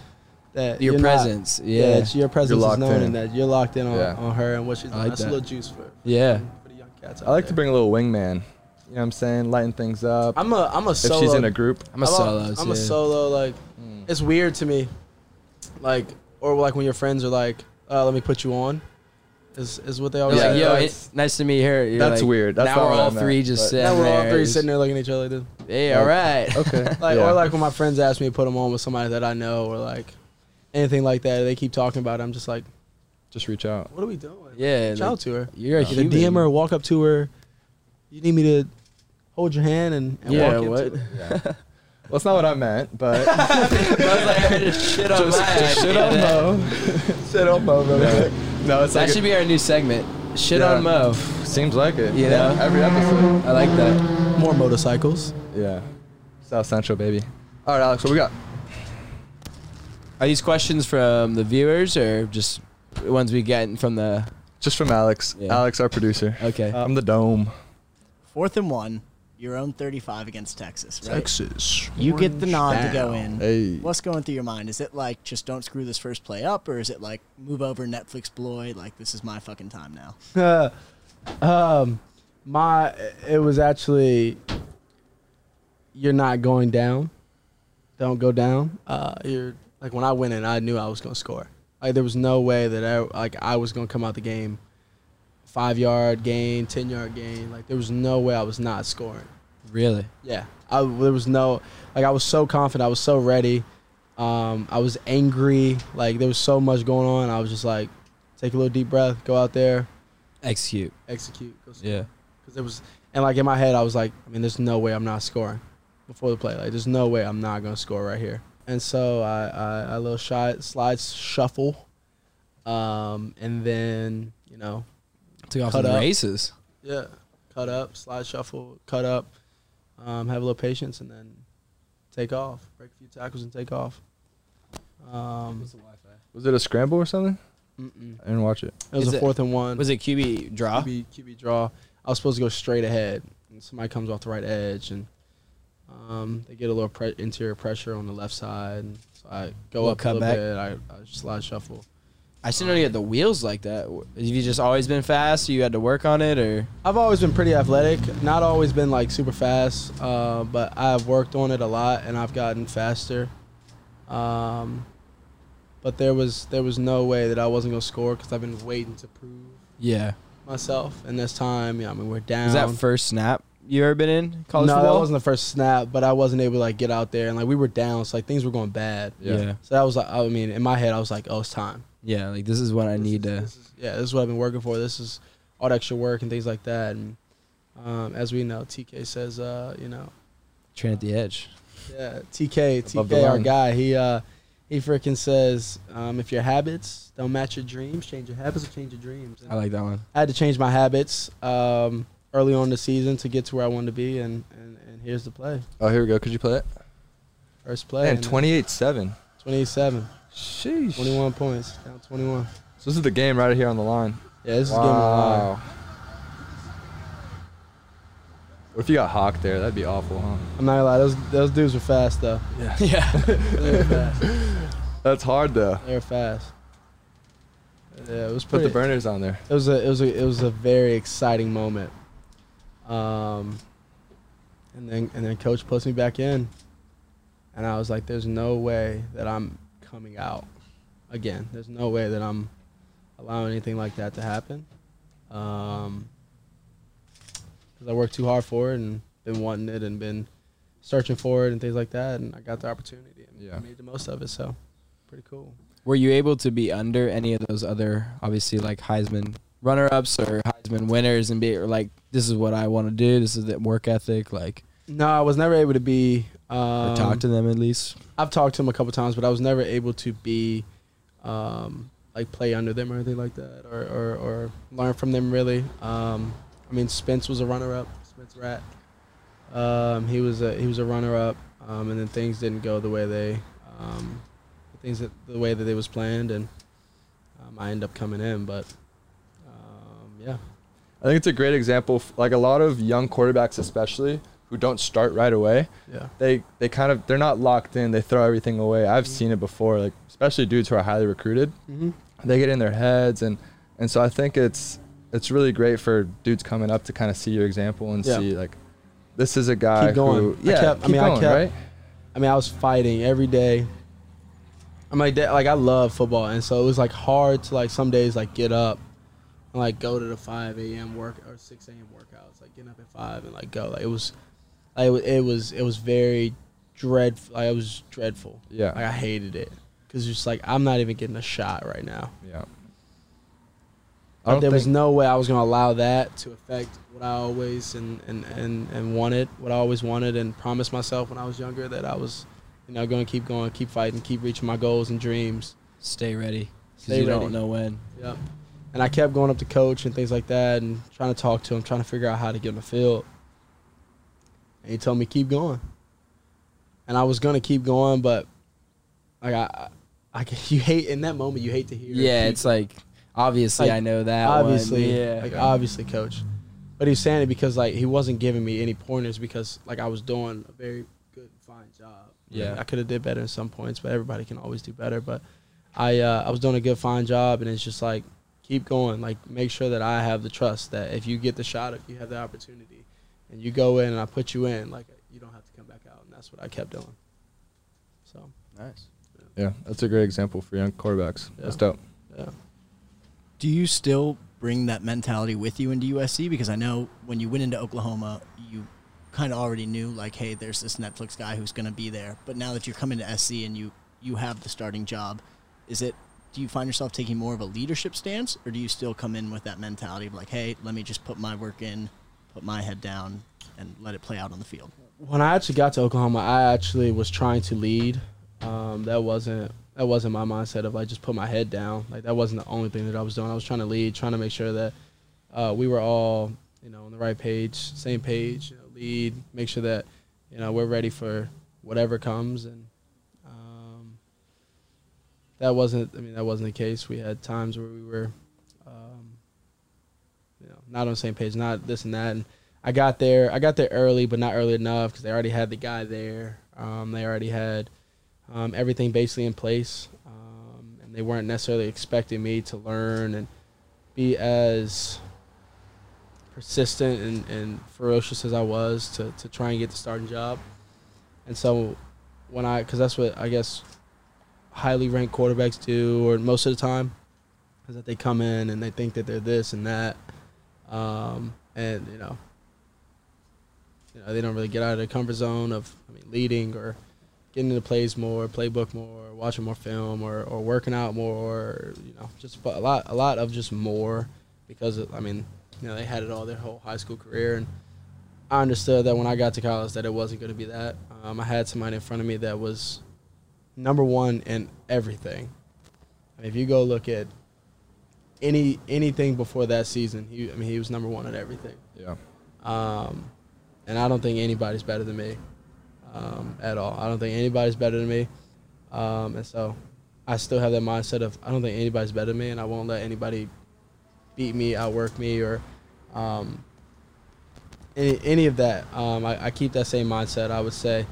that
your
you're not-
presence.
yeah,
yeah,
that your presence
You're
is
locked
known
in.
and that you're locked in on,
Yeah.
on her and what she's.
I
doing.
like
That's a
that.
little juice for,
yeah.
for the young cats.
I like to bring a little wingman. You know what I'm saying? Lighten things up.
I'm a I'm a
if
solo. Mm.
she's in a group,
I'm a solo.
I'm a solo. Like, it's weird to me. Like, or like when your friends are like, uh, "Let me put you on," is is what they always
You're
say.
like, yo,
Like,
it, nice to meet her. You're
That's
like-
weird. That's
now
not
we're
what I
all
meant,
three just
but-
sitting
now we're all
there.
three
It's-
sitting there looking at each other. Like, this.
Hey, all right.
okay.
like
yeah.
or like when my friends ask me to put them on with somebody that I know, or like anything like that. They keep talking about. it. I'm just like,
just reach out.
what are we doing?
Yeah,
reach
like,
out to her.
You're a
Either
human.
DM her, walk up to her. You need me to hold your hand and, and
Yeah,
walk
what?
into it.
Well, it's not what I meant, but
I was like, I heard a shit on
just,
my
just shit
idea.
on Mo. shit on Mo, really quick. No, it's
That
like
should
it
be our new segment. Shit
Yeah.
on Mo.
seems like it.
You know?
every episode.
I like that.
More motorcycles.
Yeah, South Central, baby. All right, Alex, what we got?
Are these questions from the viewers or just ones we get from the?
Just from Alex.
Yeah.
Alex, our producer.
Okay.
Uh,
I'm the dome.
Fourth and one, your own 35 against Texas, right?
Texas.
You get the nod to go in.
Hey.
What's going through your mind? Is it like just don't screw this first play up, or is it like move over Netflix Bloy? Like this is my fucking time now.
Uh, um, my it was actually you're not going down. Don't go down. Uh, you're like when I went in, I knew I was gonna score. Like there was no way that I like I was gonna come out the game five yard gain, ten yard gain. Like there was no way I was not scoring.
Really?
Yeah, I, there was no like I was so confident. I was so ready. Um, I was angry. Like there was so much going on. I was just like, take a little deep breath, go out there,
Execute.
execute. Go score.
Yeah.
because it was and like in my head I was like, I mean, there's no way I'm not scoring before the play. Like, there's no way I'm not gonna score right here. And so I I, I little shy slide shuffle, um, and then you know
Took off
Cut
some
up.
races.
yeah, cut up, slide shuffle, cut up, um, have a little patience, and then take off, break a few tackles, and take off. Um,
Was it a scramble or something?
mm-mm.
I didn't watch it.
it was
Is
a
it-
fourth and one.
Was it QB draw?
QB, QB draw. I was supposed to go straight ahead, and somebody comes off the right edge, and um, they get a little pre- interior pressure on the left side. And so I go
Little
up a little
cutback.
bit. I, I slide shuffle.
I should know you had the wheels like that. Have you just always been fast? You had to work on it, or
I've always been pretty athletic. Not always been like super fast, uh, but I've worked on it a lot, and I've gotten faster. Um, but there was there was no way that I wasn't gonna score because I've been waiting to prove
yeah.
myself, and this time, yeah, I mean, we're down.
Was that first snap you ever been in college
Um, no,
football?
that wasn't the first snap, but I wasn't able to like get out there and like we were down, so like things were going bad.
Yeah. yeah,
So that was like I mean, in my head I was like, Oh, it's time.
Like this is what I
This
need
is-
to.
this is- yeah, this is what I've been working for. This is all the extra work and things like that. And um, as we know, TK says, uh, you know,
Train at the edge.
yeah, TK,
Above the
TK, our
line.
guy, he uh he freaking says, um, if your habits don't match your dreams, change your habits or change your dreams. And
I like that one.
I had to change my habits um, early on in the season to get to where I wanted to be, and, and, and here's the play.
Oh, here we go. Could you play it?
First play.
Man,
and
28-7.
27.
Sheesh.
21 points. Down 21.
So this is the game right here on the line.
Yeah, this is game of the line.
What if you got Hawk there? That'd be awful, huh?
I'm not gonna lie, those those dudes were fast though.
Yeah.
They were fast.
That's hard though.
They were fast. Yeah, it was
Put
pretty.
the burners on there.
it was a it was a it was a very exciting moment. Um, and then and then coach puts me back in, and I was like, "There's no way that I'm coming out again. There's no way that I'm allowing anything like that to happen." Um, because I worked too hard for it and been wanting it and been searching for it and things like that, and I got the opportunity and
Yeah.
made the most of it. So, pretty cool.
Were you able to be under any of those other, obviously, like Heisman runner ups or Heisman winners and be or like, this is what I want to do. This is the work ethic. Like,
No, I was never able to be.
or
Um,
talk to them at least.
I've talked to him a couple times, but I was never able to be, um, like play under them or anything like that, or or, or learn from them really. Um, I mean, Spence was a runner-up, Spence Rat. Um, he was a he was a runner-up, um, and then things didn't go the way they, um, things that the way that they was planned, and um, I ended up coming in, but um, yeah,
I think it's a great example. f- Like a lot of young quarterbacks, especially who don't start right away,
yeah,
they they kind of they're not locked in. They throw everything away.
Mm-hmm.
I've seen it before. Like especially dudes who are highly recruited,
Mhm.
they get in their heads, and and so I think it's it's really great for dudes coming up to kind of see your example and
Yeah.
see like this is a guy
Keep going.
who
I
yeah
kept- I
keep
mean, I
going
kept-
right.
I mean, I was fighting every day. I'm like that. Like I love football, and so it was like hard to like some days like get up and like go to the 5 a.m. work or 6 a.m. workouts. Like getting up at five and like go. Like it was, like, it wa- it was it was very dreadful. Like, it was dreadful.
Yeah.
like I hated it because it's like I'm not even getting a shot right now.
Yeah. I
Like,
don't
there was
think-
no way I was gonna allow that to affect what I always and, and, and, and wanted, what I always wanted, and promised myself when I was younger that I was, you know, gonna keep going, keep fighting, keep reaching my goals and dreams.
Stay ready. Because
Stay
you
ready.
don't know when.
Yep. And I kept going up to coach and things like that, and trying to talk to him, trying to figure out how to get on the field. And he told me keep going. And I was gonna keep going, but like I, I, I you hate in that moment you hate to hear.
Yeah,
keep
it's like, obviously,
Like,
I know that. one. uh,
obviously,
Yeah.
like obviously, coach. But he's saying it because like he wasn't giving me any pointers because like I was doing a very good, fine job.
Yeah.
I could have did better in some points, but everybody can always do better. But I uh, I was doing a good, fine job, and it's just like keep going, like make sure that I have the trust that if you get the shot, if you have the opportunity, and you go in and I put you in, like you don't have to come back out, and that's what I kept doing. So
nice.
Yeah, that's a great example for young quarterbacks.
Yeah.
That's dope.
yeah.
Do you still bring that mentality with you into USC? Because I know when you went into Oklahoma, you kind of already knew, like, hey, there's this Netflix guy who's going to be there. But now that you're coming to SC and you you have the starting job, is it? Do you find yourself taking more of a leadership stance, or do you still come in with that mentality of like, hey, let me just put my work in, put my head down, and let it play out on the field?
when I actually got to Oklahoma, I actually was trying to lead. Um, that wasn't that wasn't my mindset of like just put my head down. Like that wasn't the only thing that I was doing. I was trying to lead, trying to make sure that uh, we were all you know on the right page, same page. You know, lead, make sure that you know we're ready for whatever comes, and um, that wasn't. I mean, that wasn't the case. We had times where we were, um, you know, not on the same page, not this and that, and I got there. I got there early, but not early enough because they already had the guy there. Um, they already had um, everything basically in place, um, and they weren't necessarily expecting me to learn and be as persistent and, and ferocious as I was to, to try and get the starting job. And so when I, because that's what I guess highly ranked quarterbacks do, or most of the time, is that they come in and they think that they're this and that, um, and you know, you know, they don't really get out of their comfort zone of I mean, leading or getting into plays more, playbook more, watching more film, or, or working out more, or you know, just a lot a lot of just more because I mean, you know, they had it all their whole high school career, and I understood that when I got to college that it wasn't going to be that. Um, I had somebody in front of me that was number one in everything. I mean, if you go look at any anything before that season, he I mean he was number one at everything.
Yeah.
Um, and I don't think anybody's better than me um, at all. I don't think anybody's better than me. Um, and so I still have that mindset of I don't think anybody's better than me, and I won't let anybody beat me, outwork me, or um, any, any of that. Um, I, I keep that same mindset, I would say.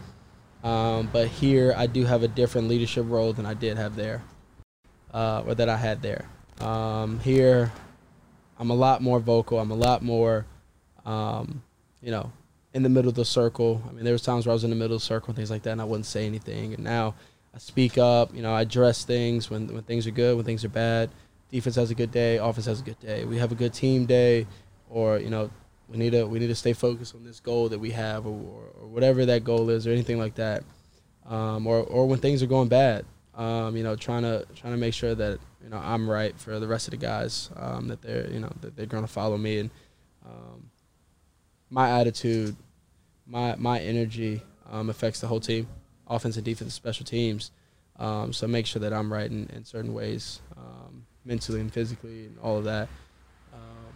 Um, but here, I do have a different leadership role than I did have there, uh, or that I had there. Um, here, I'm a lot more vocal. I'm a lot more, um, you know, in the middle of the circle. I mean, there was times where I was in the middle of the circle and things like that, and I wouldn't say anything. And now I speak up. You know, I address things when when things are good, when things are bad. Defense has a good day. Offense has a good day. We have a good team day, or you know, we need to we need to stay focused on this goal that we have, or, or, or whatever that goal is, or anything like that. Um, or or when things are going bad, um, you know, trying to trying to make sure that you know I'm right for the rest of the guys um, that they're you know that they're going to follow me and um, my attitude, my my energy um, affects the whole team, offense and defense, special teams. Um, so make sure that I'm right in, in certain ways, um, mentally and physically, and all of that um,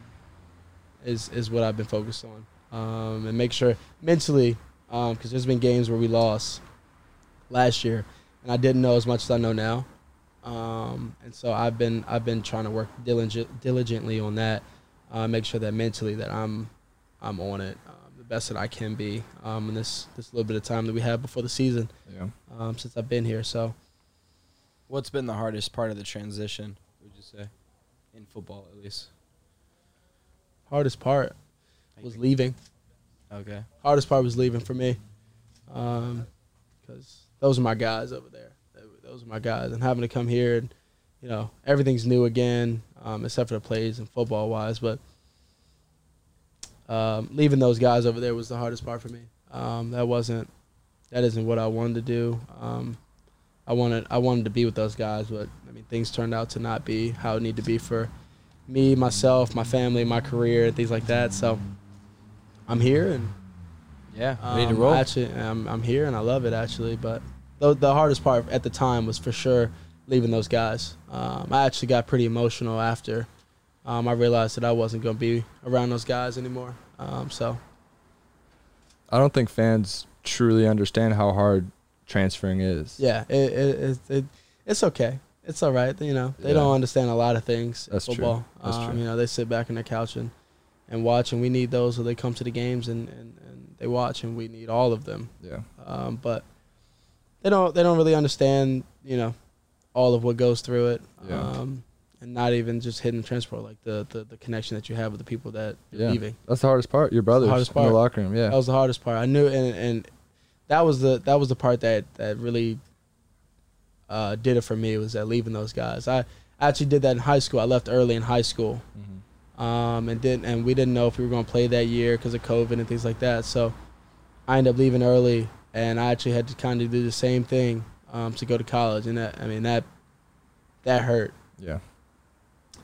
is is what I've been focused on. Um, and make sure mentally, because there's been games where we lost last year, and I didn't know as much as I know now. Um, and so I've been I've been trying to work diligent, diligently on that, uh, make sure that mentally that I'm I'm on it um, the best that I can be um, in this this little bit of time that we have before the season
Yeah.
um, since I've been here. So
What's been the hardest part of the transition? Would you say, in football at least?
hardest part was leaving.
Okay.
Hardest part was leaving for me, Um 'cause those are my guys over there. They were- Those are my guys, and having to come here and you know everything's new again, um, except for the plays and football wise. But um, leaving those guys over there was the hardest part for me. Um, that wasn't that isn't what I wanted to do. Um, I wanted I wanted to be with those guys, but I mean things turned out to not be how it needed to be for me, myself, my family, my career, and things like that. So I'm here and
Yeah.
um,
ready to roll.
Actually, I'm, I'm here and I love it actually. But the, the hardest part at the time was for sure leaving those guys. Um, I actually got pretty emotional after um, I realized that I wasn't going to be around those guys anymore. Um, so
I don't think fans truly understand how hard transferring is.
yeah, it, it, it, it it's okay. It's all right. You know, they
Yeah.
don't understand a lot of things. in
That's true.
football.
That's
um,
true.
You know, they sit back on their couch and, and watch, and we need those. So they come to the games and, and, and they watch, and we need all of them.
Yeah.
um, but they don't they don't really understand you know all of what goes through it
Yeah.
um, and not even just hidden transport like the, the the connection that you have with the people that you're
Yeah.
leaving
That's the hardest part. Your brothers
hardest
in
part.
the locker room. Yeah.
that was the hardest part I knew and and that was the that was the part that that really uh, did it for me was that leaving those guys I actually did that in high school I left early in high school
Mhm.
um, and didn't and we didn't know if we were going to play that year because of COVID and things like that. So I ended up leaving early, and I actually had to kind of do the same thing um, to go to college, and that I mean that that hurt.
Yeah.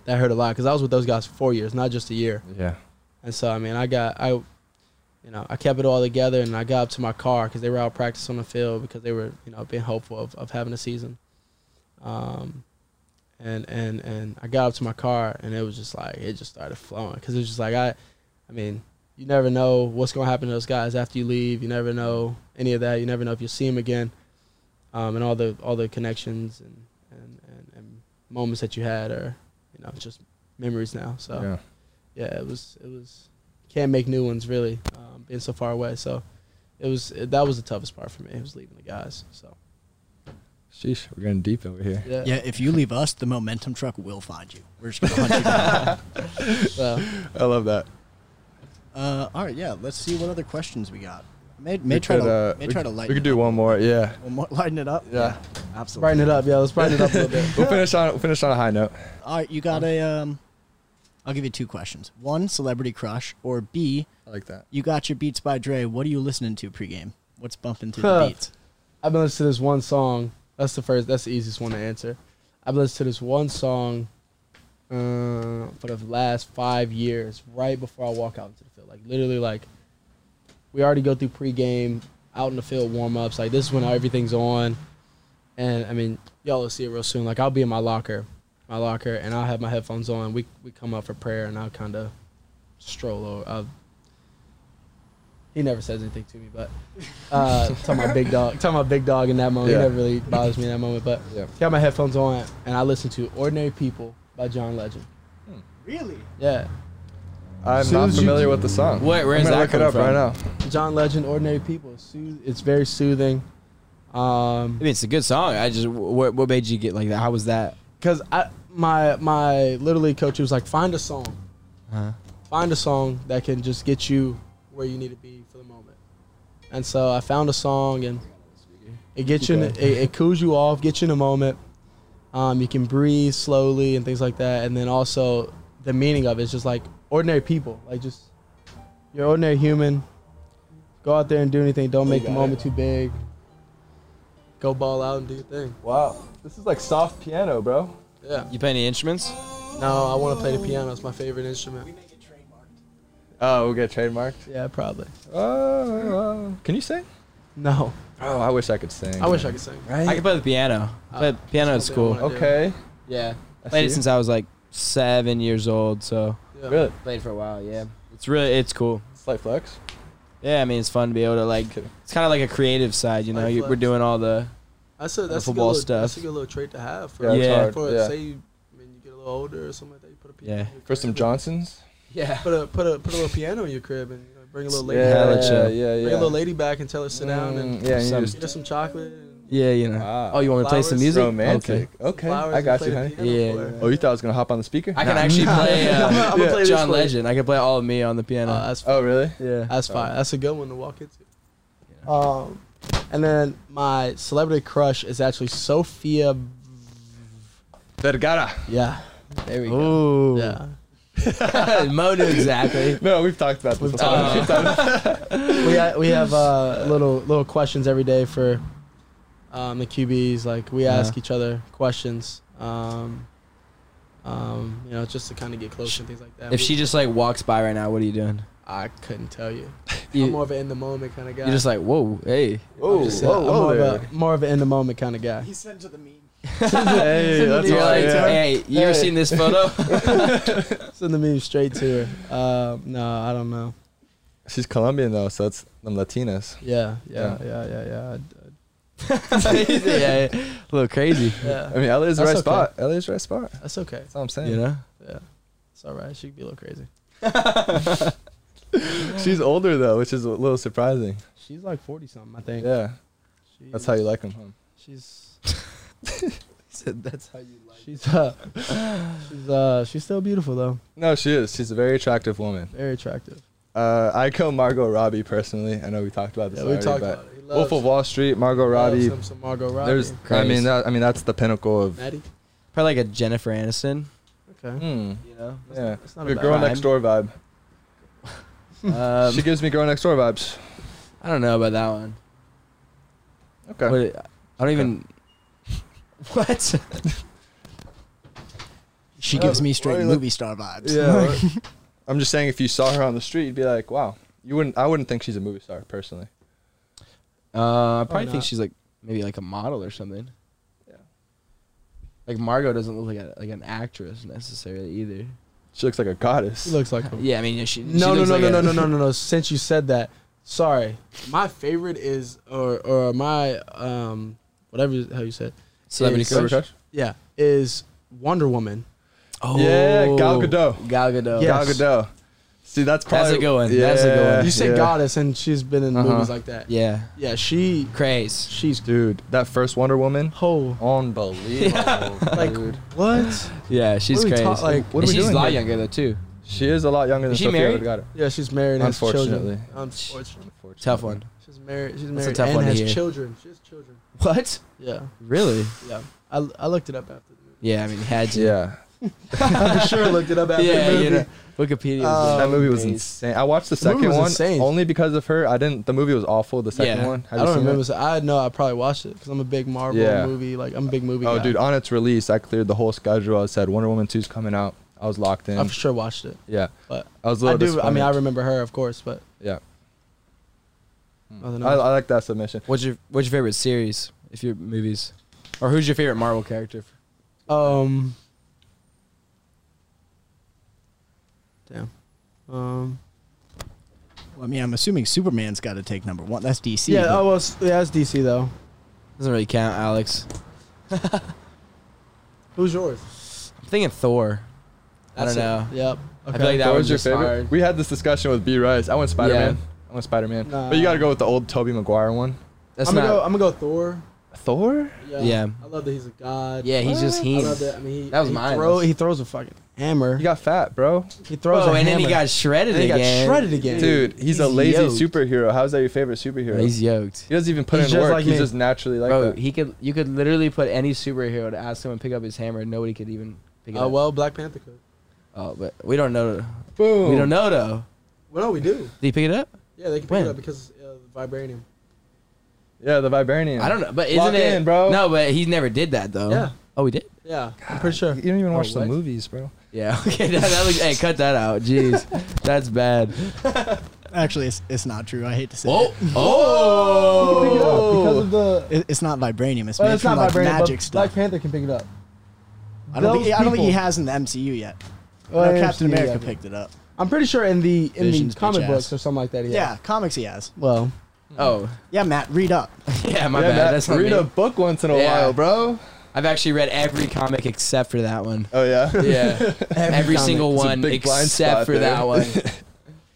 That hurt a lot because I was with those guys for four years, not just a year.
Yeah.
And so I mean I got I you know I kept it all together, and I got up to my car because they were out practicing on the field because they were you know being hopeful of, of having a season. Um, and and and I got up to my car and it was just like it just started flowing because it was just like I, I mean, you never know what's gonna happen to those guys after you leave. You never know any of that. You never know if you'll see them again, um, and all the all the connections and and, and and moments that you had are, you know, just memories now. So
Yeah.
yeah, it was it was can't make new ones really um, being so far away. So it was that was the toughest part for me. It was leaving the guys. So
Sheesh, we're getting deep over here.
yeah,
Yeah, if you leave us, the momentum truck will find you. We're just gonna hunt you down.
so,
I love that.
Uh, all right, yeah. Let's see what other questions we got. May,
We
may try
could,
to
uh,
may
we
try
could-
to
We
lighten.
could do one more. Yeah.
One more, lighten it up.
Yeah.
absolutely.
brighten it up, yeah. Let's brighten it up a little bit.
We'll finish on we'll finish on a high note.
All right, you got a. Um, I'll give you two questions. One, celebrity crush, or B,
I like that.
you got your beats by Dre. What are you listening to pregame? What's bumping through the beats?
I've been listening to this one song. That's the first. That's the easiest one to answer. I've listened to this one song uh, for the last five years, right before I walk out into the field. Like literally, like we already go through pregame, out in the field warm ups. Like this is when everything's on, and I mean y'all will see it real soon. Like I'll be in my locker, my locker, and I'll have my headphones on. We we come up for prayer, and I'll kind of stroll over. I'll, he never says anything to me, but uh, talking about big dog, talking about big dog in that moment.
Yeah.
He never really bothers me in that moment. But
Yeah.
got my headphones on and I listen to "Ordinary People" by John Legend.
Really?
Yeah,
I'm
Soon
not
as you-
familiar with the song.
Wait, where's
I'm gonna
that
look it
come
up right
from?
now.
John Legend, Ordinary People. It's sooth- It's very soothing. Um,
I mean, it's a good song. I just what, what made you get like that? How was that?
because I my my literally coach was like, find a song, find a song that can just get you where you need to be for the moment. And so I found a song, and it gets you, in, it, it cools you off, gets you in a moment. Um, you can breathe slowly and things like that, and then also the meaning of it is just like ordinary people, like just you're an ordinary human. Go out there and do anything. Don't make the moment too big. Go ball out and do your thing.
Wow, this is like soft piano, bro.
Yeah.
You play any instruments?
No, I want to play the piano. It's my favorite instrument.
Oh, we'll get trademarked.
Yeah, probably.
Oh, oh. can you sing?
No,
Oh, I wish I could sing.
I wish I could sing.
Right?
I can play the piano. I played piano at
that's something I
school.
wanna do.
okay.
Yeah.
I
Played it
see.
since I was like seven years old. So
yeah.
Really?
played for a while. Yeah, it's really it's cool.
Slight flex.
Yeah, I mean it's fun to be able to like.
Just kidding.
It's kind of like a creative side, you know.
Like
You, we're
flex.
doing all the
That's a that's a good
football
little,
stuff.
That's a good little trait to have for
Yeah, it's
Yeah.
hard,
for
yeah.
say you I mean you get a little older or something like that. You put a piano.
Yeah.
in your
For some
crib.
Johnsons.
yeah.
Put a put a put a little piano in your crib and you know, bring a little lady.
yeah,
Hella
yeah,
chill.
yeah,
Bring a little lady back and tell her sit down and
Mm, yeah, and you
Some-
just-
get her some chocolate. And
Yeah, you know.
Wow.
Oh, you want me to play some
Flowers.
music? Okay.
romantic. Okay,
flowers
I
and
got
play
you,
the
honey.
piano
Yeah,
for her.
Oh, you thought I was gonna hop on the speaker?
I can
Nah.
actually play uh,
I'ma- I'ma play this
John
for you.
Legend. I can play all of me on the piano.
Uh, that's
Oh, really?
yeah.
That's fine. That's a good one to walk into. Um, and then my celebrity crush is actually Sophia.
Vergara.
Yeah,
there we go. Ooh.
yeah.
Mo knew exactly.
No, we've talked about this.
We've
before.
talked
we ha- we have uh, little little questions every day for um, the QBs. Like we ask each other questions. Um, um, you know, just to kind of get close and things like that.
If
We-
she just like walks by right now, what are you doing?
I couldn't tell you.
You,
I'm more of an in the moment kind of guy.
you're just like, whoa, hey.
Whoa,
I'm just, uh,
whoa,
I'm
whoa
more,
there.
of a, more of an in the moment kind of guy.
He sent to the meme.
Hey, that's
You're
all
like,
right. yeah.
hey, you ever
Hey.
seen this photo?
Send the meme straight to her. Um, no, I don't know.
She's Colombian though, so that's them Latinas.
Yeah, yeah, yeah, yeah, yeah.
yeah, yeah. a little crazy.
Yeah,
I mean, LA's the right
That's okay.
spot. LA's the right spot. That's
that's okay.
all I'm saying.
You know,
Yeah, it's all right. She could be a little crazy.
She's older though, which is a little surprising.
She's like forty something, I think.
Yeah,
She,
that's how you like them. huh?
She's
that's how you like.
she's uh she's uh she's still beautiful though.
No, she is. She's a very attractive woman.
Very attractive.
Uh, I go Margot Robbie personally. I know we talked about this.
Yeah, we
already,
talked
but
about it. He
Wolf
loves-
of Wall Street, Margot Robbie.
Some, some Margot Robbie.
There's, I mean,
Craze.
that, I mean, that's the pinnacle of.
Maddie.
Probably like a Jennifer Aniston.
Okay.
Mm,
You know,
yeah,
That's not
the
a bad
girl
vibe.
next door vibe.
um,
she gives me girl next door vibes.
I don't know about that one.
Okay.
What- I don't even. What?
She
Well,
gives me straight
well,
movie star vibes.
Yeah. I'm just saying, if you saw her on the street, you'd be like, "Wow." You wouldn't. I wouldn't think she's a movie star personally.
Uh, I probably
not?
think she's like maybe like a model or something.
Yeah.
Like Margot doesn't look like a, like an actress necessarily either.
She looks like a goddess.
She looks like him.
Yeah, I mean she. she
No, no,
looks
no,
like
no, no,
a-
no, no, no, no. Since you said that, sorry. My favorite is or or my um whatever how you said.
Celebrity
is-
crush?
Yeah, is Wonder Woman.
Oh,
Yeah, Gal Gadot.
Gal Gadot.
Yeah.
Gal
Yes.
Gadot. See, that's
That's
probably
a good one. That's a good one.
You said
yeah.
goddess, and she's been in
Uh-huh.
movies like that. Yeah,
Yeah.
she
Craze.
she's
dude. That first Wonder Woman,
whole
unbelievable.
like
dude.
what?
Yeah, she's
What are we
crazy.
ta- like,
what are
And
we
she's
doing
a lot
here?
younger though too.
she is a lot younger than
Is she
Sophia
married?
Vergara.
Yeah, she's married and has
Unfortunately.
children. Unfortunately,
Unfortunately.
Tough one.
she's married. She's
That's a
married
tough
and
one to
has
hear.
children. She has children.
What?
Yeah,
Really?
yeah. I, I looked it up after the movie.
Yeah, I mean had to.
Yeah,
I'm sure I looked it up after
Yeah,
the movie.
you know, Wikipedia. is
Uh,
that movie was
amazing.
insane. I watched the,
The movie
second
was
one
insane.
only because of her. I didn't. The movie was awful. The second
Yeah.
one. Have
I
you
don't
seen
remember.
That?
So I know I probably watched it because I'm a big Marvel
Yeah.
movie. Like I'm a big movie.
Oh,
guy.
dude! On its release, I cleared the whole schedule. I said Wonder Woman 2's coming out. I was locked in.
I for sure watched it.
yeah,
But
I was a
I do.
little.
I mean, I
disappointed.
remember her, of course, but
Yeah.
nothing
I,
else.
I like that submission.
What's your What's your favorite series? If your movies, or who's your favorite Marvel character?
Um. Damn. Um.
Well, I mean, I'm assuming Superman's got to take number one. That's DC.
yeah.
but
Oh well. s- Yeah, it's DC though.
Doesn't really count, Alex.
Who's yours?
I'm thinking Thor. I don't
That's it.
know.
Yep.
I feel like that
What
was
was your
just
favorite?
hard.
We had this discussion with B Rice. I went Spider Man.
Yeah.
I went Spider Man. But you gotta go with the old Toby Maguire one.
That's
I'm
not.
gonna go. I'm gonna go Thor.
Thor?
Yeah.
I love that he's a god.
Yeah, he's just
I
heen.
love that. I mean, he,
That was
he
mine.
Throw, he throws a fucking hammer.
He got fat, bro.
Oh, He throws a
Whoa, and then
hammer.
he got shredded
And he got
again.
shredded again.
Dude, he's, a lazy
yoked.
superhero. How's that your favorite superhero?
He's yoked.
he doesn't even put
He's
in
just
work.
like
he's
me.
just naturally like
Bro,
that.
he could. You could literally put any superhero to ask him and pick up his hammer, and nobody could even pick it
Oh
up.
well, Black Panther could.
Oh, but we don't know.
Boom.
We don't know though.
Well, no, we do.
Did he pick it up?
Yeah, they can pick
When?
it up because uh, vibranium.
Yeah, the Vibranium.
I don't know. But isn't
Lock
it,
in, bro.
No, but he never did that though.
Yeah.
Oh, he did.
Yeah, I'm pretty sure.
You don't even watch the
what?
movies, bro.
Yeah. Okay. That, that was, hey, cut that out. Jeez, that's bad.
Actually, it's, it's not true. I hate to say
Whoa.
it.
Oh.
because of the.
It- It's not vibranium. It's
Well,
made
it's
from
not
like
vibranium,
magic
but
stuff.
Black Panther can pick it up.
I don't, think,
Those
I don't think he
people-
has in the MCU yet.
Oh,
no,
yeah,
Captain
yeah,
America
yeah.
picked it up.
I'm pretty sure in the in
Vision's
the comic
bitch
books
ass.
or something like that.
Yeah.
Yeah.
comics he has.
Well,
Oh.
Yeah, Matt, read up.
Yeah. My
yeah,
bad.
Matt,
that's not
read
me.
a book once in a
Yeah.
while, bro.
I've actually read every comic except for that one.
Oh yeah.
Yeah. every
comic.
single
It's a
one
big blind
except
spot
for
there.
that one.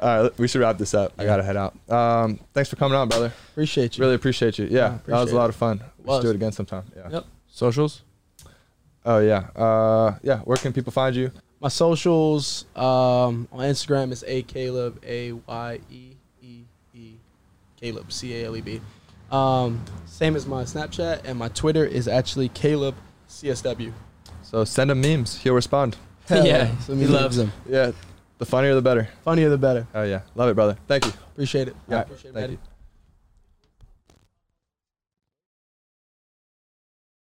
All right, we should wrap this up. I gotta head out. Um, thanks for coming on, brother.
appreciate you.
Really appreciate you. Yeah, that was
appreciate
a lot of fun. We should
Was.
do it again sometime. Yeah.
Yep.
Socials.
Oh yeah. Uh, yeah. Where can people find you?
My socials um, on Instagram is a Caleb a y e e e Caleb c a l e b. Um, same as my Snapchat and my Twitter is actually Caleb CSW.
So send him memes. He'll respond.
Hell
yeah.
yeah. So
He
me-
loves them.
Yeah. The funnier the better.
Funnier the better.
Oh yeah. Love it, brother. Thank you.
Appreciate it.
Yeah,
Appreciate it,
thank
Maddie.
you.